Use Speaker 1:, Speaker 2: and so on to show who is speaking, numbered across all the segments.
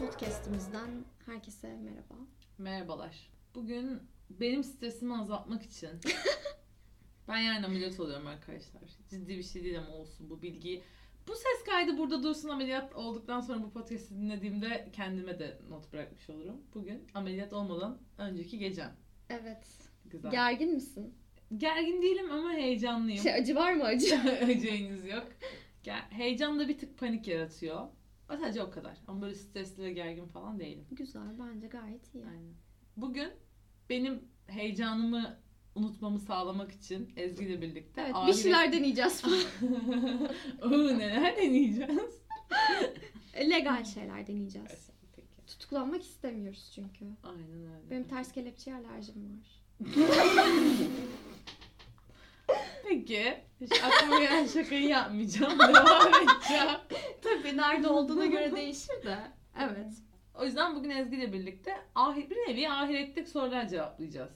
Speaker 1: Podcast'imizden herkese merhaba.
Speaker 2: Merhabalar. Bugün benim stresimi azaltmak için ben yarın ameliyat oluyorum arkadaşlar. Ciddi bir şey değil ama olsun bu bilgiyi. Bu ses kaydı burada dursun ameliyat olduktan sonra bu podcast'i dinlediğimde kendime de not bırakmış olurum. Bugün ameliyat olmadan önceki gecem.
Speaker 1: Evet.
Speaker 2: Güzel.
Speaker 1: Gergin misin?
Speaker 2: Gergin değilim ama heyecanlıyım.
Speaker 1: Şey, acı var mı acı?
Speaker 2: Öceğiniz yok. Ger- Heyecan da bir tık panik yaratıyor. O sadece o kadar. Ama böyle stresli ve gergin falan değilim.
Speaker 1: Güzel bence gayet iyi.
Speaker 2: Aynen. Bugün benim heyecanımı unutmamı sağlamak için Ezgi ile birlikte
Speaker 1: Evet bir
Speaker 2: ahiret-
Speaker 1: şeyler deneyeceğiz falan.
Speaker 2: Oo, neler deneyeceğiz?
Speaker 1: Legal şeyler deneyeceğiz.
Speaker 2: Peki.
Speaker 1: Tutuklanmak istemiyoruz çünkü.
Speaker 2: Aynen öyle.
Speaker 1: Benim ters kelepçeye alerjim var.
Speaker 2: Peki. Hiç aklıma gelen şakayı yapmayacağım. Devam edeceğim.
Speaker 1: Tabii nerede olduğuna göre değişir de. Evet.
Speaker 2: O yüzden bugün Ezgi ile birlikte ahir, bir nevi ahiretlik sorular cevaplayacağız.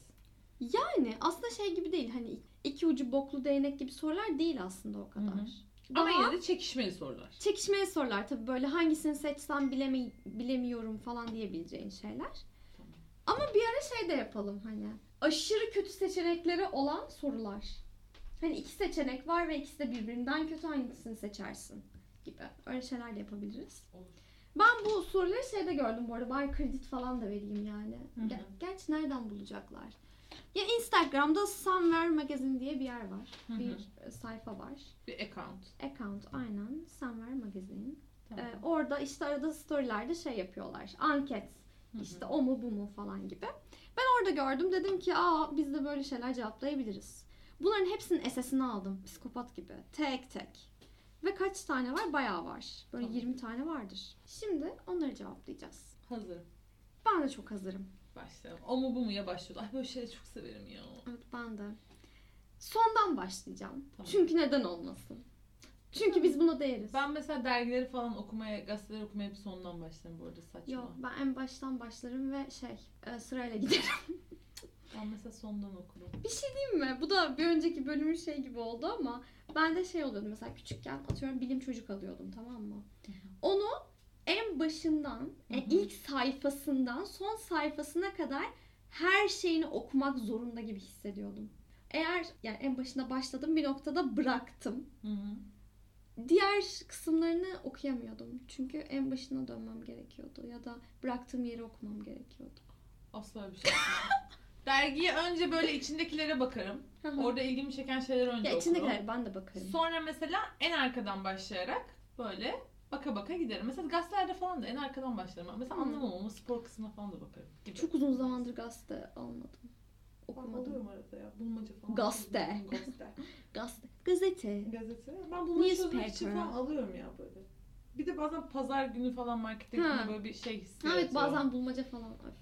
Speaker 1: Yani aslında şey gibi değil hani iki ucu boklu değnek gibi sorular değil aslında o kadar.
Speaker 2: Hı hı.
Speaker 1: Daha
Speaker 2: Ama yine de çekişmeli sorular.
Speaker 1: çekişmeye sorular tabii böyle hangisini seçsem bileme, bilemiyorum falan diyebileceğin şeyler.
Speaker 2: Tamam.
Speaker 1: Ama bir ara şey de yapalım hani. Aşırı kötü seçenekleri olan sorular. Hani iki seçenek var ve ikisi de birbirinden kötü hangisini seçersin gibi. Öyle şeyler de yapabiliriz.
Speaker 2: Olur.
Speaker 1: Ben bu soruları şeyde gördüm bu arada. Ben kredi falan da vereyim yani.
Speaker 2: Hı hı.
Speaker 1: Ge- Gerçi nereden bulacaklar? Ya Instagram'da Somewhere Magazine diye bir yer var.
Speaker 2: Hı hı.
Speaker 1: Bir e, sayfa var.
Speaker 2: Bir account.
Speaker 1: Account aynen Somewhere Magazine.
Speaker 2: Tamam.
Speaker 1: Ee, orada işte arada storylerde şey yapıyorlar. Anket.
Speaker 2: Hı hı.
Speaker 1: işte o mu bu mu falan gibi. Ben orada gördüm. Dedim ki aa biz de böyle şeyler cevaplayabiliriz. Bunların hepsinin esesini aldım. Psikopat gibi. Tek tek. Ve kaç tane var? Bayağı var. Böyle
Speaker 2: Tamam.
Speaker 1: 20 tane vardır. Şimdi onları cevaplayacağız.
Speaker 2: Hazırım.
Speaker 1: Ben de çok hazırım.
Speaker 2: Başlayalım. O mu bu mu ya başlıyoruz. Ay böyle şeyleri çok severim ya.
Speaker 1: Evet ben de. Sondan başlayacağım.
Speaker 2: Tamam.
Speaker 1: Çünkü neden olmasın? Çünkü biz buna değeriz.
Speaker 2: Ben mesela dergileri falan okumaya, gazeteleri okumaya hep sondan başlarım bu arada saçma.
Speaker 1: Yok ben en baştan başlarım ve şey e, sırayla giderim.
Speaker 2: Ben mesela sondan okurum.
Speaker 1: Bir şey diyeyim mi? Bu da bir önceki bölümün şey gibi oldu ama ben de şey oluyordu mesela küçükken atıyorum bilim çocuk alıyordum tamam mı? Onu en başından,
Speaker 2: Hı
Speaker 1: e,
Speaker 2: hı.
Speaker 1: ilk sayfasından son sayfasına kadar her şeyini okumak zorunda gibi hissediyordum. Eğer yani en başına başladım bir noktada bıraktım.
Speaker 2: Hı hı.
Speaker 1: Diğer kısımlarını okuyamıyordum. Çünkü en başına dönmem gerekiyordu ya da bıraktığım yeri okumam gerekiyordu.
Speaker 2: Asla öyle bir şey yapmam. Dergiye önce böyle içindekilere bakarım. Orada ilgimi çeken şeyleri önce
Speaker 1: ya
Speaker 2: okurum.
Speaker 1: içindekiler ben de bakarım.
Speaker 2: Sonra mesela en arkadan başlayarak böyle baka baka giderim. Mesela gazetelerde falan da en arkadan başlarım. Mesela
Speaker 1: Hı.
Speaker 2: anlamam ama spor kısmına falan da bakarım. Gibi.
Speaker 1: Çok uzun zamandır gazete almadım.
Speaker 2: Ben
Speaker 1: Okumadım.
Speaker 2: alıyorum arada ya. Bulmaca falan.
Speaker 1: Gazete.
Speaker 2: Gazete.
Speaker 1: Gazete. Gazete.
Speaker 2: Gazete. Ben bulmaca çözmek için
Speaker 1: Newspaper.
Speaker 2: falan alıyorum ya böyle. Bir de bazen pazar günü falan markete
Speaker 1: Ha.
Speaker 2: gittiğimde böyle bir şey
Speaker 1: Ha,
Speaker 2: hissediyorum.
Speaker 1: evet bazen bulmaca falan. Öf.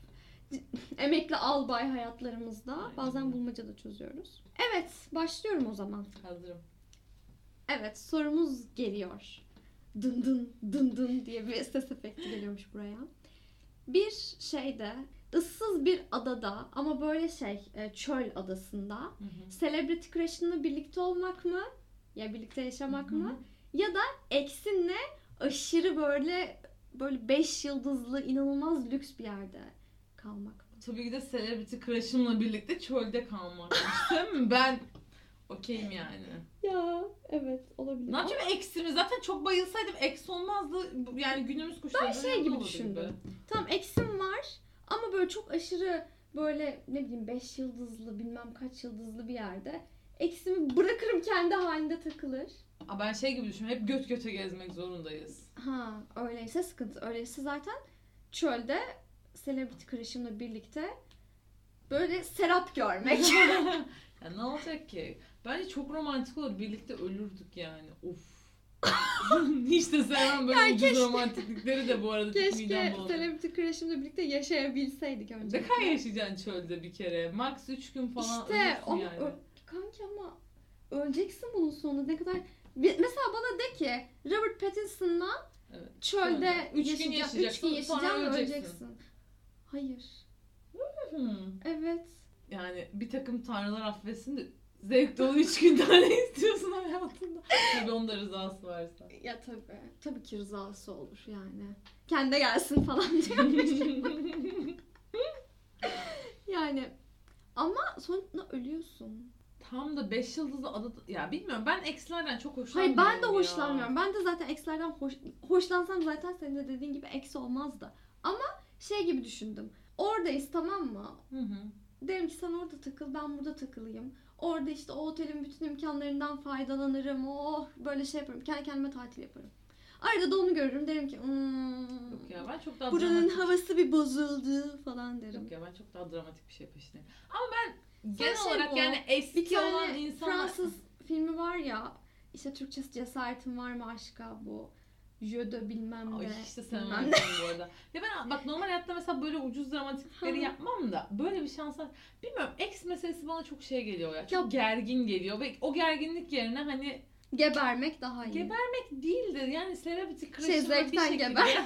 Speaker 1: C- Emekli albay hayatlarımızda
Speaker 2: Aynen.
Speaker 1: bazen bulmaca da çözüyoruz. Evet başlıyorum o zaman.
Speaker 2: Hazırım.
Speaker 1: Evet sorumuz geliyor. Dın dın dın dın diye bir ses efekti geliyormuş buraya. Bir şeyde ıssız bir adada ama böyle şey e, çöl adasında
Speaker 2: Hı hı.
Speaker 1: Celebrity Crush'ınla birlikte olmak mı? Ya birlikte yaşamak mı? Ya da eksinle aşırı böyle böyle 5 yıldızlı inanılmaz lüks bir yerde kalmak mı?
Speaker 2: Tabii ki de Celebrity Crush'ımla birlikte çölde kalmak. Değil mi? Ben okeyim yani.
Speaker 1: Ya evet olabilir.
Speaker 2: Ne yapacağım eksimi? Zaten çok bayılsaydım eks olmazdı. Bu- Yani günümüz kuşları.
Speaker 1: Ben şey gibi düşündüm. Tamam eksim var ama böyle çok aşırı böyle ne bileyim 5 yıldızlı bilmem kaç yıldızlı bir yerde eksimi bırakırım kendi halinde takılır.
Speaker 2: Aa, ben şey gibi düşündüm. Hep göt göte gezmek zorundayız.
Speaker 1: Ha öyleyse sıkıntı. Öyleyse zaten çölde Celebrity Crush'ımla birlikte böyle serap görmek.
Speaker 2: ya ne olacak ki? Bence çok romantik olur. Birlikte ölürdük yani. Of. Hiç de sevmem böyle ucuz romantiklikleri de bu arada.
Speaker 1: Keşke
Speaker 2: Midem bulanır.
Speaker 1: Celebrity Crush'ımla birlikte yaşayabilseydik önce.
Speaker 2: Ne kadar yaşayacaksın çölde bir kere? Max 3 gün falan
Speaker 1: İşte
Speaker 2: ölürsün
Speaker 1: ama
Speaker 2: yani.
Speaker 1: ö- kanki ama öleceksin bunun sonunda ne kadar Bir- mesela bana de ki Robert Pattinson'la
Speaker 2: Evet.
Speaker 1: çölde
Speaker 2: Sonra. Üç
Speaker 1: yaşayacağım-
Speaker 2: gün
Speaker 1: üç
Speaker 2: yaşayacaksın,
Speaker 1: gün
Speaker 2: sonra
Speaker 1: yaşayacağım ve
Speaker 2: öleceksin.
Speaker 1: öleceksin. Hayır.
Speaker 2: Hmm.
Speaker 1: Evet.
Speaker 2: Yani bir takım tanrılar affetsin de Zevk dolu üç gün daha ne istiyorsun hayatında? Tabii onun da rızası varsa.
Speaker 1: Ya tabii. Tabii ki rızası olur yani. Kendi gelsin falan diyor. yani ama sonra ölüyorsun.
Speaker 2: Tam da 5 yıldızlı adada... Ya bilmiyorum ben eksilerden çok
Speaker 1: Hayır
Speaker 2: hoşlanmıyorum
Speaker 1: ben de
Speaker 2: ya.
Speaker 1: hoşlanmıyorum. Ben de zaten ekslerden hoş, hoşlansam zaten senin de dediğin gibi eksi olmazdı. Ama şey gibi düşündüm. Oradayız tamam mı?
Speaker 2: Hı hı.
Speaker 1: Derim ki sen orada takıl ben burada takılayım. Orada işte o otelin bütün imkanlarından faydalanırım. Oh böyle şey yaparım. Kendi kendime tatil yaparım. Arada da onu görürüm. Derim ki "Hmm,
Speaker 2: Yok ya ben çok daha
Speaker 1: buranın
Speaker 2: dramatik...
Speaker 1: havası bir bozuldu falan derim.
Speaker 2: Yok ya ben çok daha dramatik bir şey peşindeyim. Ama ben genel
Speaker 1: şey
Speaker 2: olarak
Speaker 1: bu.
Speaker 2: yani eski
Speaker 1: Bir tane
Speaker 2: olan insanlar...
Speaker 1: Fransız filmi var ya işte Türkçesi cesaretin var mı aşka bu. Jöde bilmem
Speaker 2: Ay
Speaker 1: ne.
Speaker 2: işte
Speaker 1: bilmem
Speaker 2: sevmem
Speaker 1: ne.
Speaker 2: bu arada. Ya ben bak normal hayatta mesela böyle ucuz dramatikleri
Speaker 1: Hı.
Speaker 2: yapmam da böyle bir şansa bilmiyorum ex meselesi bana çok şey geliyor ya.
Speaker 1: Ya-
Speaker 2: Çok gergin geliyor ve o gerginlik yerine hani
Speaker 1: Gebermek daha iyi.
Speaker 2: gebermek değildir yani celebrity crush'ımla
Speaker 1: şey
Speaker 2: bir
Speaker 1: zevkten
Speaker 2: şekilde.
Speaker 1: geber.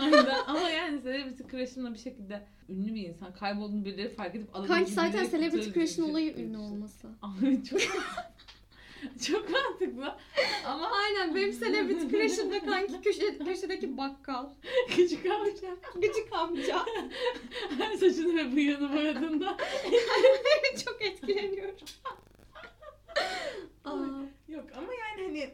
Speaker 2: Aynen. ama yani celebrity crush'ımla bir şekilde ünlü bir insan kaybolduğunu birileri fark edip alıp
Speaker 1: Kanki zaten celebrity crush'ın
Speaker 2: şey
Speaker 1: olayı ünlü olması.
Speaker 2: Ay çok çok mantıklı ama
Speaker 1: Aynen benim celebrity crush'ım da kanki köşe, köşedeki bakkal.
Speaker 2: küçük amca
Speaker 1: Gıcık amca.
Speaker 2: her saçını ve bıyığını boyadığında
Speaker 1: Çok etkileniyorum. Aa,
Speaker 2: Yok ama yani hani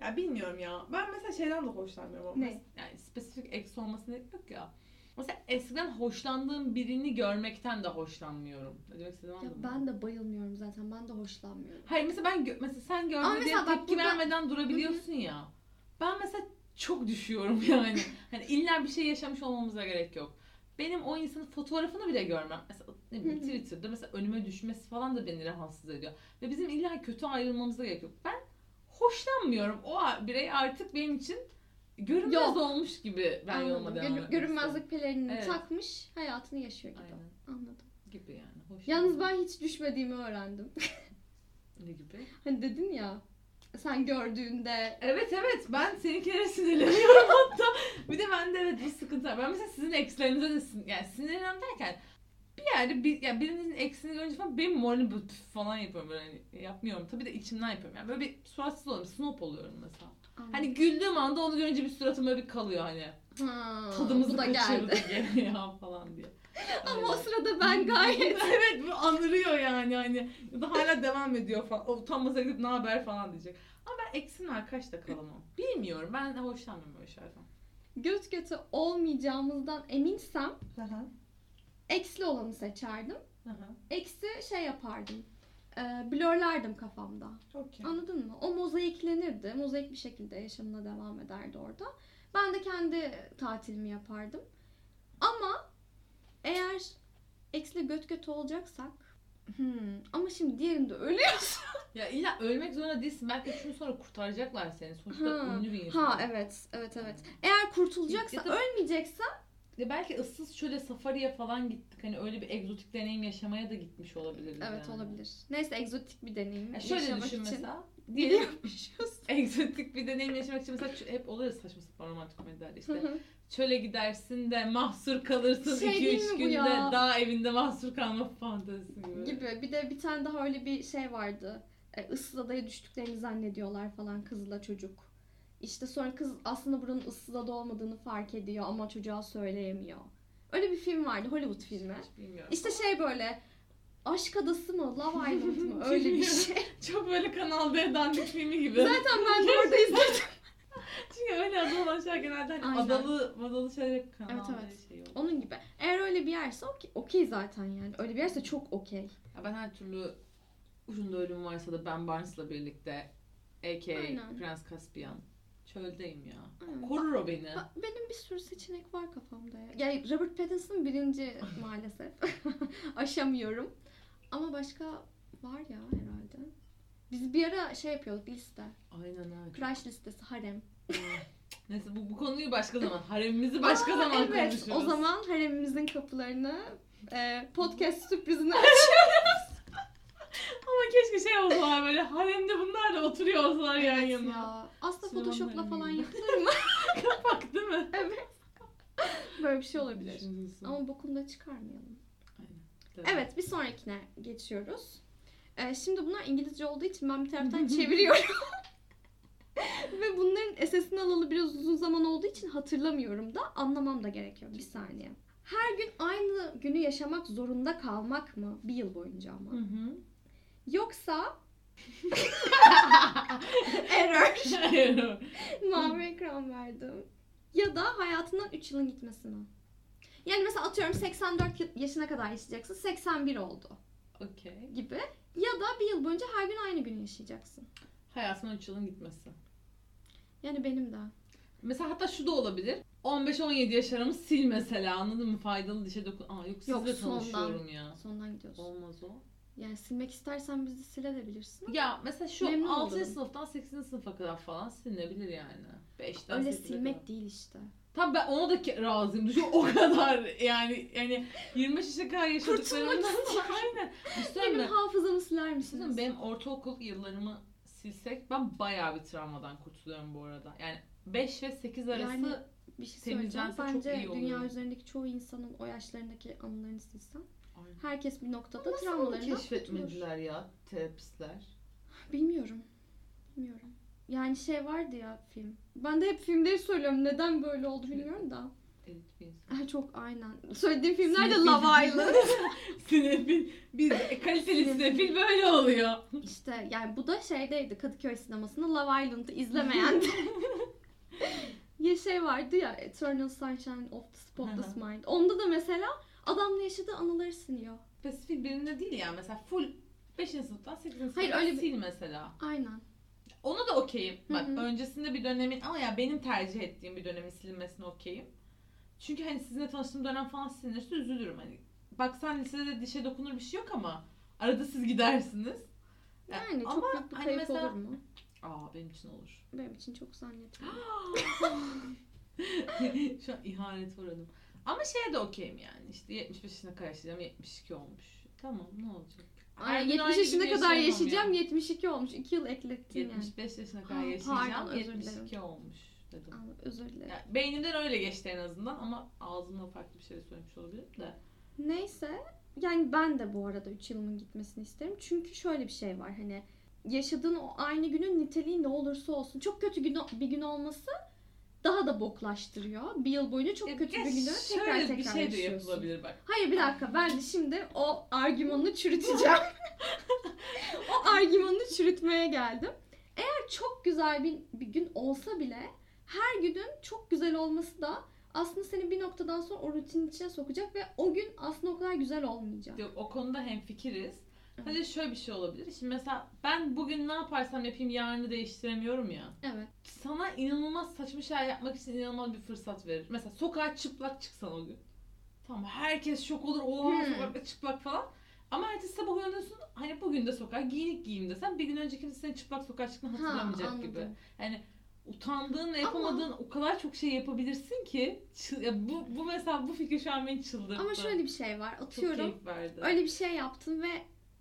Speaker 2: ya bilmiyorum ya. Ben mesela şeyden de hoşlanmıyorum ama.
Speaker 1: Ne?
Speaker 2: Yani spesifik eksi olmasına gerek yok ya. Mesela eskiden hoşlandığım birini görmekten de hoşlanmıyorum. Ne demek istediğimi
Speaker 1: ya
Speaker 2: anladın mı?
Speaker 1: ben de bayılmıyorum zaten. Ben de hoşlanmıyorum.
Speaker 2: Hayır mesela ben gö- mesela sen
Speaker 1: Ama
Speaker 2: görme diye
Speaker 1: mesela
Speaker 2: tepki
Speaker 1: bak burada-
Speaker 2: vermeden durabiliyorsun ya. Ben mesela çok düşüyorum yani. hani illa bir şey yaşamış olmamıza gerek yok. Benim o insanın fotoğrafını bile görmem. Mesela ne bileyim
Speaker 1: Hı hı.
Speaker 2: Twitter'da mesela önüme düşmesi falan da beni rahatsız ediyor. Ve bizim illa kötü ayrılmamıza gerek yok. Ben hoşlanmıyorum. O a- birey artık benim için görünmez
Speaker 1: Yok.
Speaker 2: olmuş gibi ben yoluma
Speaker 1: Anladım. Görü-
Speaker 2: devam etmek istiyorum.
Speaker 1: Görünmezlik pelerinini
Speaker 2: Evet.
Speaker 1: takmış, hayatını yaşıyor gibi.
Speaker 2: Aynen.
Speaker 1: Anladım.
Speaker 2: Gibi yani. Hoş
Speaker 1: Yalnız ben hiç düşmediğimi öğrendim.
Speaker 2: Ne gibi?
Speaker 1: hani dedin ya, sen gördüğünde...
Speaker 2: Evet evet ben seninkilere sinirleniyorum hatta. Bir de bende evet bu sıkıntı var. Ben mesela sizin ekslerinize de sin yani sinirleniyorum derken bir yerde bir, yani birinizin eksini görünce falan benim moralim böyle püf falan yapıyorum böyle hani yapmıyorum. Tabii de içimden yapıyorum yani böyle bir suratsız oluyorum. Snop oluyorum mesela. Hani güldüğüm anda onu görünce bir suratım böyle bir kalıyor hani.
Speaker 1: ha,
Speaker 2: Tadımızı
Speaker 1: bu da
Speaker 2: kaçırdı
Speaker 1: geldi.
Speaker 2: ya falan diye.
Speaker 1: Ama o
Speaker 2: Öyle.
Speaker 1: sırada ben gayet...
Speaker 2: evet bu anırıyor yani hani. Ya da hala devam ediyor falan. O utanmasa gidip ne haber falan diyecek. Ama ben eksin arkadaş da kalamam. Bilmiyorum ben de hoşlanmıyorum öyle şeylerden.
Speaker 1: göt götü olmayacağımızdan eminsem eksli olanı seçerdim. Eksi şey yapardım. E, blörlerdim kafamda.
Speaker 2: Okey.
Speaker 1: Anladın mı? O mozaiklenirdi. Mozaik bir şekilde yaşamına devam ederdi orada. Ben de kendi tatilimi yapardım. Ama eğer eksle göt göt olacaksak hmm, ama şimdi diğerinde ölüyorsun.
Speaker 2: Ya illa ölmek zorunda değilsin. Belki şunu sonra kurtaracaklar seni. Sonuçta
Speaker 1: Ha.
Speaker 2: ünlü bir insan.
Speaker 1: ha evet evet evet. Eğer kurtulacaksa
Speaker 2: Ya da-
Speaker 1: ölmeyecekse
Speaker 2: Ya belki ıssız çöle safariye falan gittik. Hani öyle bir egzotik deneyim yaşamaya da gitmiş olabiliriz
Speaker 1: evet
Speaker 2: yani.
Speaker 1: olabilir. Neyse egzotik bir deneyim.
Speaker 2: Ya şöyle
Speaker 1: yaşamak
Speaker 2: düşün
Speaker 1: için.
Speaker 2: mesela. Diyelim
Speaker 1: Gidiyormuşuz.
Speaker 2: egzotik bir deneyim yaşamak için mesela ç- hep olur ya saçma sapan romantik komedilerde işte. çöle gidersin de mahsur kalırsın
Speaker 1: Şey
Speaker 2: 2-3
Speaker 1: değil mi bu
Speaker 2: günde
Speaker 1: ya?
Speaker 2: daha evinde mahsur kalma fantezisi gibi.
Speaker 1: gibi. Bir de bir tane daha öyle bir şey vardı. E, ıssız adaya düştüklerini zannediyorlar falan kızla çocuk. İşte sonra kız aslında buranın ıssız ada olmadığını fark ediyor ama çocuğa söyleyemiyor. Öyle bir film vardı Hollywood filmi.
Speaker 2: Hiç Bilmiyorum.
Speaker 1: İşte şey böyle Aşk Adası mı? Love Island mı? Öyle bir şey.
Speaker 2: Çok böyle Kanal D dandik filmi gibi.
Speaker 1: Zaten ben de orada izledim.
Speaker 2: Çünkü öyle ada olan şeyler genelde hani
Speaker 1: Aynen.
Speaker 2: adalı, madalı şeyler hep Kanal
Speaker 1: Evet,
Speaker 2: D şey
Speaker 1: evet.
Speaker 2: şeyi olur.
Speaker 1: Onun gibi. Eğer öyle bir yerse okey, okey zaten yani. Öyle bir yerse çok okey.
Speaker 2: Ya ben her türlü ucunda ölüm varsa da Ben Barnes'la birlikte a.k.a.
Speaker 1: Aynen.
Speaker 2: Prens Caspian çöldeyim ya.
Speaker 1: Evet.
Speaker 2: Korur o beni.
Speaker 1: Ha, Benim bir sürü seçenek var kafamda ya. Yani Robert Pattinson birinci maalesef. Aşamıyorum. Ama başka var ya herhalde. Biz bir ara şey yapıyorduk liste.
Speaker 2: Aynen evet.
Speaker 1: Crush listesi, harem.
Speaker 2: Neyse bu, bu konuyu başka zaman, haremimizi başka
Speaker 1: Aa,
Speaker 2: zaman
Speaker 1: evet.
Speaker 2: konuşuruz.
Speaker 1: O zaman haremimizin kapılarını e, podcast sürprizine
Speaker 2: Ama keşke şey olsalar böyle haremde bunlar da oturuyor olsalar yan
Speaker 1: Evet
Speaker 2: yana.
Speaker 1: ya. Aslında
Speaker 2: Süleyman
Speaker 1: Photoshop'la
Speaker 2: haremi
Speaker 1: falan
Speaker 2: gibi.
Speaker 1: yapılır mı?
Speaker 2: Bak değil mi?
Speaker 1: evet. Böyle bir şey olabilir.
Speaker 2: Düşünürsün.
Speaker 1: Ama bokunu da çıkarmayalım.
Speaker 2: Aynen. Devam.
Speaker 1: Evet bir sonrakine geçiyoruz. Ee, şimdi bunlar İngilizce olduğu için ben bir taraftan çeviriyorum. Ve bunların SS'ini alalı biraz uzun zaman olduğu için hatırlamıyorum da anlamam da gerekiyor. Bir saniye. Her gün aynı günü yaşamak zorunda kalmak mı? Bir yıl boyunca ama.
Speaker 2: Hı hı.
Speaker 1: Yoksa error. Mavi ekran verdim. Ya da hayatından 3 yılın gitmesi mi? Yani mesela atıyorum 84 yıl- yaşına kadar yaşayacaksın. 81 oldu
Speaker 2: Okey.
Speaker 1: gibi. Ya da bir yıl boyunca her gün aynı günü yaşayacaksın.
Speaker 2: Hayatına 3 yılın gitmesi.
Speaker 1: Yani benim de.
Speaker 2: Mesela hatta şu da olabilir. 15-17 yaş aramı sil mesela anladın mı? Faydalı dişe dokun. Aa yok sizle
Speaker 1: Yok, sondan.
Speaker 2: tanışıyorum ya.
Speaker 1: Sondan gidiyorsun.
Speaker 2: Olmaz o.
Speaker 1: Yani silmek istersen bizi silebilirsin.
Speaker 2: Ya mesela şu
Speaker 1: Memnun
Speaker 2: 6.
Speaker 1: olurum.
Speaker 2: sınıftan 8. sınıfa kadar falan silinebilir yani. 5'ten
Speaker 1: Öyle
Speaker 2: 8'e kadar.
Speaker 1: silmek değil işte.
Speaker 2: Tam ben ona da ke- razıyım. Düşün o kadar yani yani 25 yaşa kadar yaşadıklarımdan
Speaker 1: istiyorum.
Speaker 2: aynen. Düşünsene
Speaker 1: Benim
Speaker 2: mi?
Speaker 1: hafızamı siler
Speaker 2: Düşünsene
Speaker 1: misiniz?
Speaker 2: benim ortaokul yıllarımı silsek ben bayağı bir travmadan kurtuluyorum bu arada. Yani 5 ve 8 arası
Speaker 1: Yani bir şey söyleyeceğim.
Speaker 2: temizlense çok
Speaker 1: Bence
Speaker 2: iyi olur.
Speaker 1: dünya üzerindeki çoğu insanın o yaşlarındaki anılarını silsen
Speaker 2: Ay,
Speaker 1: herkes bir noktada
Speaker 2: Nasıl bunu
Speaker 1: travmalarından kurtulur.
Speaker 2: keşfetmediler ya terapistler?
Speaker 1: Bilmiyorum. Bilmiyorum. Yani şey vardı ya film. Ben de hep filmleri söylüyorum. Neden böyle oldu bilmiyorum da.
Speaker 2: Elit bir insan.
Speaker 1: Ay çok aynen. Söylediğim filmler de
Speaker 2: Sinefil.
Speaker 1: Love Island.
Speaker 2: Sinefil. Biz kaliteli
Speaker 1: Sinefil.
Speaker 2: sinefil böyle oluyor.
Speaker 1: İşte yani bu da şeydeydi Kadıköy sinemasında Love Island'ı izlemeyen de. ya şey vardı ya Eternal Sunshine of the Spotless Mind. Onda da mesela adamla yaşadığı anıları siniyor.
Speaker 2: Spesifik birinde değil ya mesela full 5. sınıftan 8. sınıfa
Speaker 1: Hayır,
Speaker 2: kadar
Speaker 1: öyle bir-
Speaker 2: sil mesela.
Speaker 1: Aynen.
Speaker 2: Ona da okeyim. Bak
Speaker 1: Hı hı.
Speaker 2: öncesinde bir dönemin ama ya benim tercih ettiğim bir dönemin silinmesine okeyim. Çünkü hani sizinle tanıştığım dönem falan silinirse üzülürüm hani. Bak sen lisede de dişe dokunur bir şey yok ama arada siz gidersiniz. Ya,
Speaker 1: Yani
Speaker 2: ama
Speaker 1: çok büyük bir
Speaker 2: hani
Speaker 1: kayıp
Speaker 2: mesela-
Speaker 1: olur mu?
Speaker 2: Aa benim için olur.
Speaker 1: Benim için çok zannetmiyorum.
Speaker 2: Şu an ihanet uğradım. Ama şeye de okeyim yani işte 75 yaşına kadar yaşayacağım 72 olmuş. Tamam ne olacak? Her
Speaker 1: Ay,
Speaker 2: gün
Speaker 1: 70
Speaker 2: aynı
Speaker 1: yaşına
Speaker 2: gibi
Speaker 1: kadar
Speaker 2: yaşayamam ya.
Speaker 1: yaşayacağım. 72 olmuş. 2 yıl eklettin yani.
Speaker 2: 75 yaşına
Speaker 1: Ha,
Speaker 2: kadar yaşayacağım.
Speaker 1: pardon, özür Ah,
Speaker 2: 72 olmuş dedim.
Speaker 1: Anladım, özür dilerim.
Speaker 2: Yani beynimden öyle geçti en azından ama ağzımla farklı bir şey söylemiş olabilirim de.
Speaker 1: Neyse yani ben de bu arada 3 yılımın gitmesini isterim. Çünkü şöyle bir şey var hani yaşadığın o aynı günün niteliği ne olursa olsun çok kötü gün, bir gün olması daha da boklaştırıyor. Bir yıl boyunca çok
Speaker 2: Ya
Speaker 1: kötü bir
Speaker 2: gerçi
Speaker 1: günü tekrar
Speaker 2: şöyle
Speaker 1: tekrar
Speaker 2: bir şey de
Speaker 1: yaşıyorsun.
Speaker 2: yapılabilir bak.
Speaker 1: Hayır bir dakika ben de şimdi o argümanını çürüteceğim. o argümanını çürütmeye geldim. Eğer çok güzel bir, bir gün olsa bile her günün çok güzel olması da aslında seni bir noktadan sonra o rutinin içine sokacak ve o gün aslında o kadar güzel olmayacak.
Speaker 2: Yok, o konuda hemfikiriz.
Speaker 1: Evet.
Speaker 2: Sadece şöyle bir şey olabilir. Şimdi mesela ben bugün ne yaparsam yapayım yarını değiştiremiyorum ya.
Speaker 1: Evet.
Speaker 2: Sana inanılmaz saçma şeyler yapmak için inanılmaz bir fırsat verir. Mesela sokağa çıplak çıksan o gün. Tamam herkes şok olur. Oha
Speaker 1: Hmm.
Speaker 2: sokakta çıplak falan. Ama ertesi sabah uyanıyorsun hani bugün de sokağa giyinik giyeyim desen bir gün önce kimse seni çıplak sokağa çıktığını
Speaker 1: Ha,
Speaker 2: hatırlamayacak
Speaker 1: anladım.
Speaker 2: gibi. Utandığın ve yapamadığın o kadar çok şey yapabilirsin ki çı- ya bu, bu mesela bu fikir şu an beni çıldırttı.
Speaker 1: Ama şöyle bir şey var.
Speaker 2: çok
Speaker 1: Atıyorum
Speaker 2: keyif verdi.
Speaker 1: öyle bir şey yaptın ve